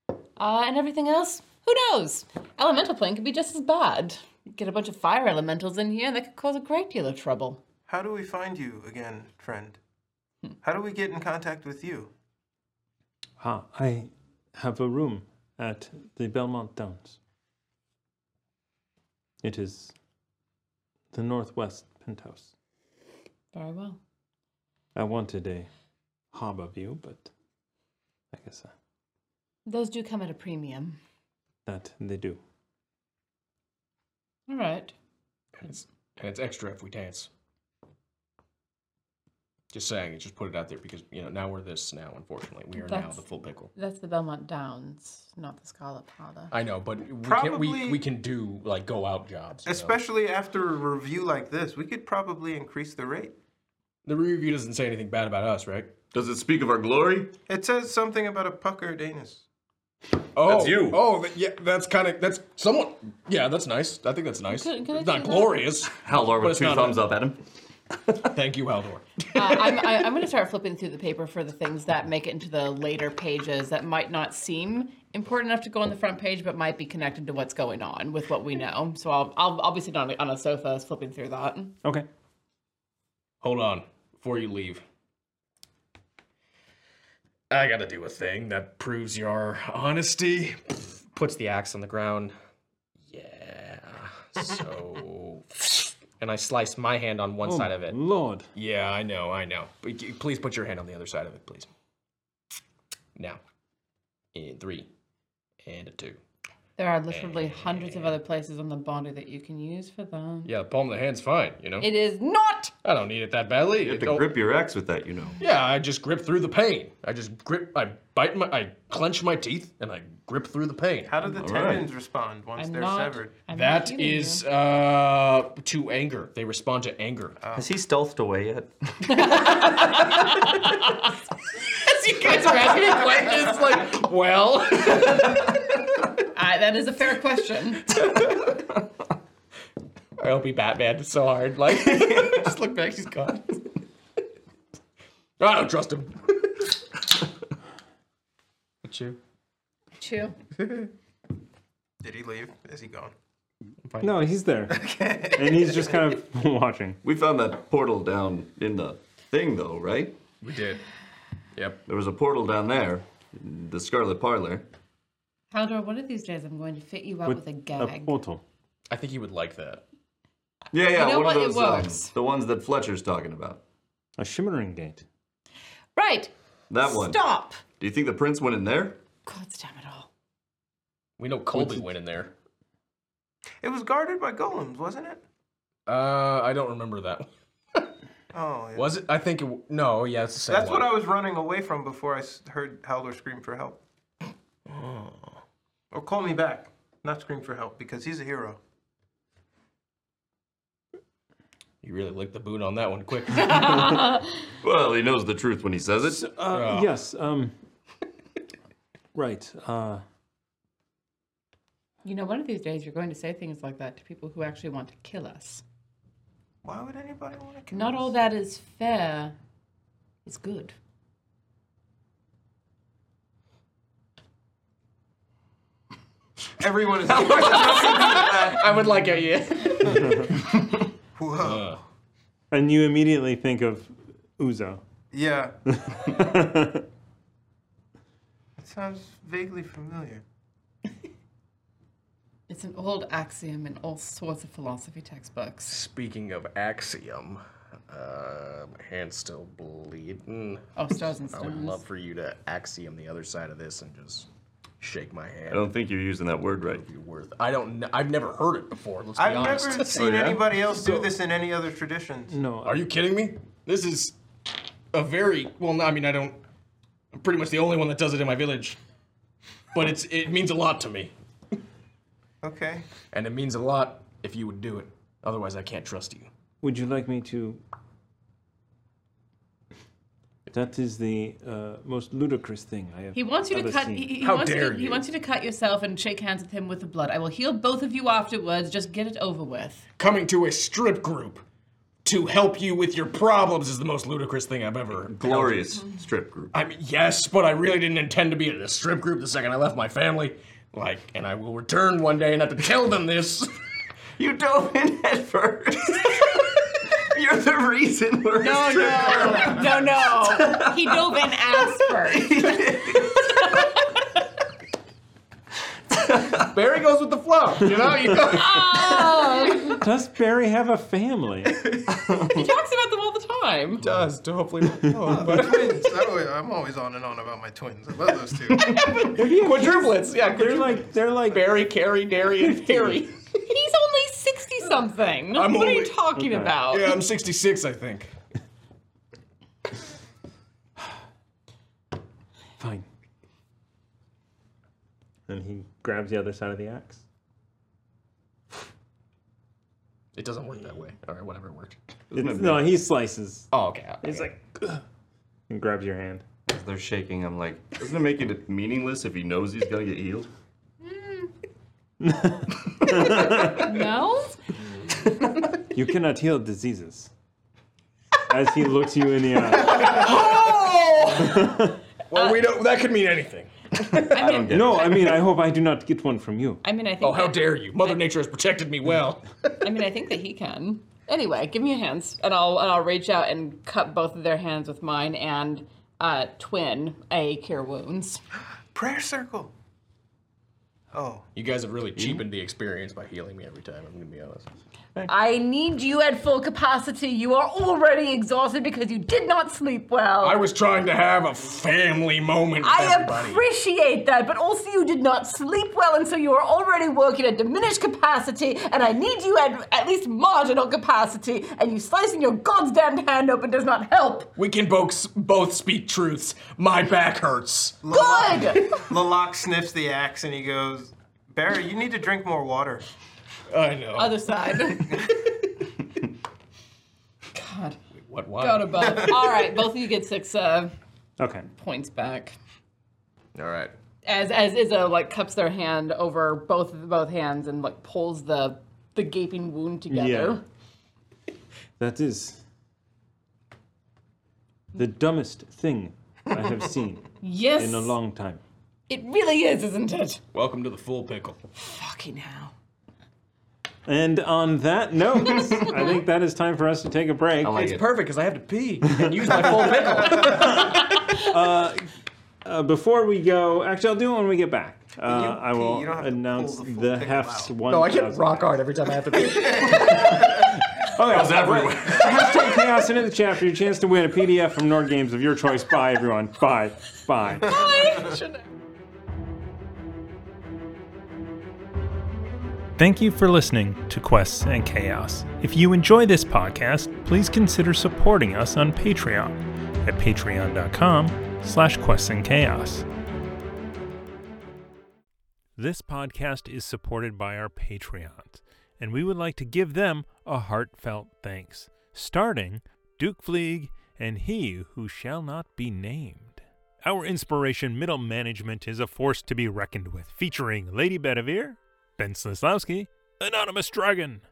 Speaker 6: Uh, and everything else, who knows? Elemental plane could be just as bad. Get a bunch of fire elementals in here, that could cause a great deal of trouble.
Speaker 5: How do we find you again, friend?
Speaker 2: Hmm.
Speaker 5: How do we get in contact with you?
Speaker 1: Ah, I have a room at the Belmont Downs. It is the northwest penthouse.
Speaker 6: Very well.
Speaker 1: I wanted a harbor view, but I guess uh,
Speaker 6: Those do come at a premium.
Speaker 1: that they do.
Speaker 6: All right.
Speaker 2: And it's, and it's extra if we dance. Just saying, just put it out there because, you know, now we're this now, unfortunately. We are now
Speaker 6: That's-
Speaker 2: the full pickle.
Speaker 6: That's the Belmont Downs, not the Scarlet Parlor.
Speaker 2: I know, but we, can, we,
Speaker 5: Probably-
Speaker 2: we can do, like, go out jobs. you know?
Speaker 5: Especially after a review like this, we could probably increase the rate.
Speaker 2: The review doesn't say anything bad about us, right?
Speaker 11: Does it speak of our glory?
Speaker 5: It says something about a puckered anus.
Speaker 2: Oh,
Speaker 11: That's you.
Speaker 2: Oh, th- yeah, that's kind of, that's somewhat, yeah, that's nice. I think that's nice.
Speaker 6: Could- could I
Speaker 2: it's not
Speaker 6: do that?
Speaker 2: glorious.
Speaker 11: Haldor
Speaker 2: but
Speaker 11: with
Speaker 2: it's
Speaker 11: two
Speaker 2: not
Speaker 11: thumbs
Speaker 2: a-
Speaker 11: up at him.
Speaker 2: Thank you, Haldor.
Speaker 6: uh, I'm, I, I'm going to start flipping through the paper for the things that make it into the later pages that might not seem important enough to go on the front page, but might be connected to what's going on with what we know. So I'll, I'll, I'll be sitting on a, on a sofa flipping through that.
Speaker 1: Okay.
Speaker 2: Hold on, before you leave. I gotta do a thing that proves your honesty. Puts the axe on the ground. Yeah. So. and I slice my hand on one
Speaker 1: Oh,
Speaker 2: side of it.
Speaker 1: Lord.
Speaker 2: Yeah, I know, I know. But you- please put your hand on the other side of it, please. Now. In three. And a two.
Speaker 6: There are
Speaker 2: Eh.
Speaker 6: literally hundreds of other places on the body that you can use for them.
Speaker 2: Yeah, the palm of the hand's fine, you know?
Speaker 6: It is not.
Speaker 2: I don't need it that badly.
Speaker 11: You have
Speaker 2: It
Speaker 11: to
Speaker 2: don't-
Speaker 11: grip your axe with that, you know.
Speaker 2: Yeah, I just grip through the pain. I just grip. I bite my. I clench my teeth and I grip through the pain.
Speaker 5: How do the
Speaker 2: All right.
Speaker 5: tendons respond once
Speaker 6: I'm
Speaker 5: they're
Speaker 6: not-
Speaker 5: severed?
Speaker 6: I'm not
Speaker 2: That
Speaker 6: kidding you.
Speaker 2: is uh, to anger. They respond to anger.
Speaker 11: Has he stealthed away yet?
Speaker 6: you guys are asking me questions.
Speaker 2: It's like, well,
Speaker 6: I, Uh, that is a fair question.
Speaker 2: I hope he Batman so hard. Like, just look back. She's gone. I don't trust him. But you?
Speaker 6: Chew.
Speaker 5: Did he leave? Is he gone?
Speaker 1: No, he's there. and he's just kind of watching.
Speaker 11: We found that portal down in the thing, though, right?
Speaker 2: We did. Yep.
Speaker 11: There was a portal down there, in the Scarlet Parlor.
Speaker 6: Haldor, one of these days I'm going to fit you out with, a gag.
Speaker 1: portal.
Speaker 2: I think he would like that.
Speaker 11: Yeah, yeah,
Speaker 6: know
Speaker 11: one
Speaker 6: what? It
Speaker 11: of those um,
Speaker 6: works.
Speaker 11: the ones that Fletcher's talking about.
Speaker 1: A shimmering gate.
Speaker 6: Right.
Speaker 11: That one.
Speaker 6: Stop.
Speaker 11: Do you think the prince went in there?
Speaker 6: God's damn it all.
Speaker 2: We know Colby went in there.
Speaker 5: It was guarded by golems, wasn't it?
Speaker 2: Uh, I don't remember that.
Speaker 5: Oh, yeah.
Speaker 2: Was it? I think it. w- No. Yeah, it's the same
Speaker 5: That's
Speaker 2: one. Oh.
Speaker 5: what I was running away from before I s- heard Haldor scream for help. Or call me back, not scream for help, because he's a hero.
Speaker 2: You really licked the boot on that one quick.
Speaker 11: Well, he knows the truth when he says it.
Speaker 1: Uh, Yes. Um, right. Uh,
Speaker 6: You know, one of these days you're going to say things like that to people who actually want to kill us.
Speaker 5: Why would anybody want to
Speaker 6: Not all that is fair. It's good.
Speaker 5: Everyone is.
Speaker 8: I would like a yeah.
Speaker 5: Whoa.
Speaker 1: and you immediately think of Uzo.
Speaker 5: Yeah. It sounds vaguely familiar.
Speaker 6: It's an old axiom in all sorts of philosophy textbooks.
Speaker 2: Speaking of axiom, uh, my hand's still bleeding.
Speaker 6: Oh, stars and
Speaker 2: I would
Speaker 6: stones.
Speaker 2: love for you to axiom the other side of this and just shake my hand.
Speaker 11: I don't think you're using that word right.
Speaker 2: I don't. kn- I've never heard it before. Let's be
Speaker 5: I've
Speaker 2: honest.
Speaker 5: never seen anybody else do this in any other tradition.
Speaker 1: No.
Speaker 2: Are you kidding me? This is a very well. no, I mean, I don't. I'm pretty much the only one that does it in my village, but it's it means a lot to me,
Speaker 5: Okay.
Speaker 2: and it means a lot if you would do it. Otherwise, I can't trust you.
Speaker 1: Would you like me to? That is the uh, most ludicrous thing I have.
Speaker 6: He wants you to
Speaker 1: ever
Speaker 6: cut.
Speaker 1: seen.
Speaker 6: He, he wants you to, He wants you to cut yourself and shake hands with him with the blood. I will heal both of you afterwards. Just get it over with.
Speaker 2: Coming to a strip group to help you with your problems is the most ludicrous thing I've ever.
Speaker 11: Glorious strip group.
Speaker 2: I mean, yes, but I really didn't intend to be in a strip group the second I left my family. Like, and I will return one day and have to tell them this. you dove in head first. You're the reason we're
Speaker 9: No, no, no, no. He dove in ass first.
Speaker 2: Barry goes with the flow. You know, you go.
Speaker 9: Oh.
Speaker 1: Does Barry have a family?
Speaker 6: he talks about them all the time.
Speaker 2: Does to hopefully not
Speaker 5: twins. I always, I'm always on and on about my twins. I love those two.
Speaker 2: quadruplets. Yeah,
Speaker 1: they're like they're like
Speaker 2: Barry, Carrie, Derry, and Harry.
Speaker 6: He's only sixty something. what are you talking about?
Speaker 2: Yeah, I'm 66, I think.
Speaker 1: Fine. And he grabs the other side of the axe.
Speaker 2: It doesn't work that way. All right, whatever it worked.
Speaker 1: It's- no, he slices.
Speaker 2: Oh, okay.
Speaker 1: He's like, "Ugh," and grabs your hand.
Speaker 11: As they're shaking, I'm like, doesn't it make it meaningless if he knows he's gonna get healed?
Speaker 6: no.
Speaker 1: You cannot heal diseases. As he looks you in the eye.
Speaker 2: Well, we don't. That could mean anything.
Speaker 6: I mean,
Speaker 1: No, I mean, I hope I do not get one from you.
Speaker 6: I mean, I think.
Speaker 2: Oh, how
Speaker 6: that-
Speaker 2: dare you! Mother Nature has protected me well.
Speaker 6: I mean, I think that he can. Anyway, give me your hands, and I'll and I'll reach out and cut both of their hands with mine and uh, twin a cure wounds.
Speaker 5: Prayer circle. Oh.
Speaker 2: You guys have really cheapened the experience by healing me every time. I'm gonna be honest.
Speaker 9: I need you at full capacity. You are already exhausted because you did not sleep well.
Speaker 2: I was trying to have a family moment with
Speaker 9: I
Speaker 2: everybody.
Speaker 9: appreciate that, but also you did not sleep well, and so you are already working at diminished capacity, and I need you at at least marginal capacity, and you slicing your goddamn hand open does not help.
Speaker 2: we can both both speak truths. My back hurts.
Speaker 9: Good!
Speaker 5: Lalak sniffs the axe and he goes, Barry, you need to drink more water.
Speaker 2: I know.
Speaker 6: Other side. God,
Speaker 2: What?
Speaker 6: God above. All right, both of you get six uh,
Speaker 1: Okay.
Speaker 6: points back.
Speaker 2: All right.
Speaker 6: As as Izzo like cups their hand over both both hands and like pulls the the gaping wound together.
Speaker 1: That is the dumbest thing I have seen
Speaker 6: Yes.
Speaker 1: in a long time.
Speaker 6: It really is, isn't it?
Speaker 2: Welcome to the full pickle.
Speaker 6: Fucking hell.
Speaker 1: And on that note, I think that is time for us to take a break.
Speaker 2: it's perfect because I have to pee and use my full pickle.
Speaker 1: Uh, uh, before we go, actually, I'll do it when we get back. Uh, I will
Speaker 2: you don't have to
Speaker 1: announce the hefts one.
Speaker 2: No, I get rock hard every time I have to pee.
Speaker 1: Okay,
Speaker 2: Oh, That was everywhere.
Speaker 1: Hashtag chaos into the chat for your chance to win a PDF from Nord Games of your choice. Bye, everyone. Bye. Bye.
Speaker 12: Thank you for listening to Quests and Chaos. If you enjoy this podcast, please consider supporting us on Patreon at patreon.com slash quests and chaos.
Speaker 1: This podcast is supported by our Patreons, and we would like to give them a heartfelt thanks, starting Duke Fleeg and He Who Shall Not Be Named. Our inspiration, Middle Management, is a force to be reckoned with, featuring Lady Bedivere, Ben Slislawski, Anonymous Dragon,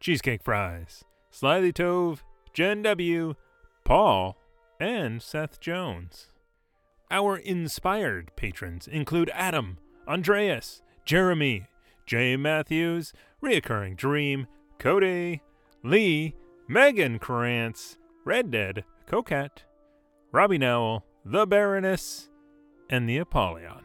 Speaker 1: Cheesecake Fries, Slyly Tove, Jen W., Paul, and Seth Jones. Our inspired patrons include Adam, Andreas, Jeremy, Jay Matthews, Reoccurring Dream, Cody, Lee, Megan Krantz, Red Dead, Coquette, Robbie Nowell, The Baroness, and the Apollyon.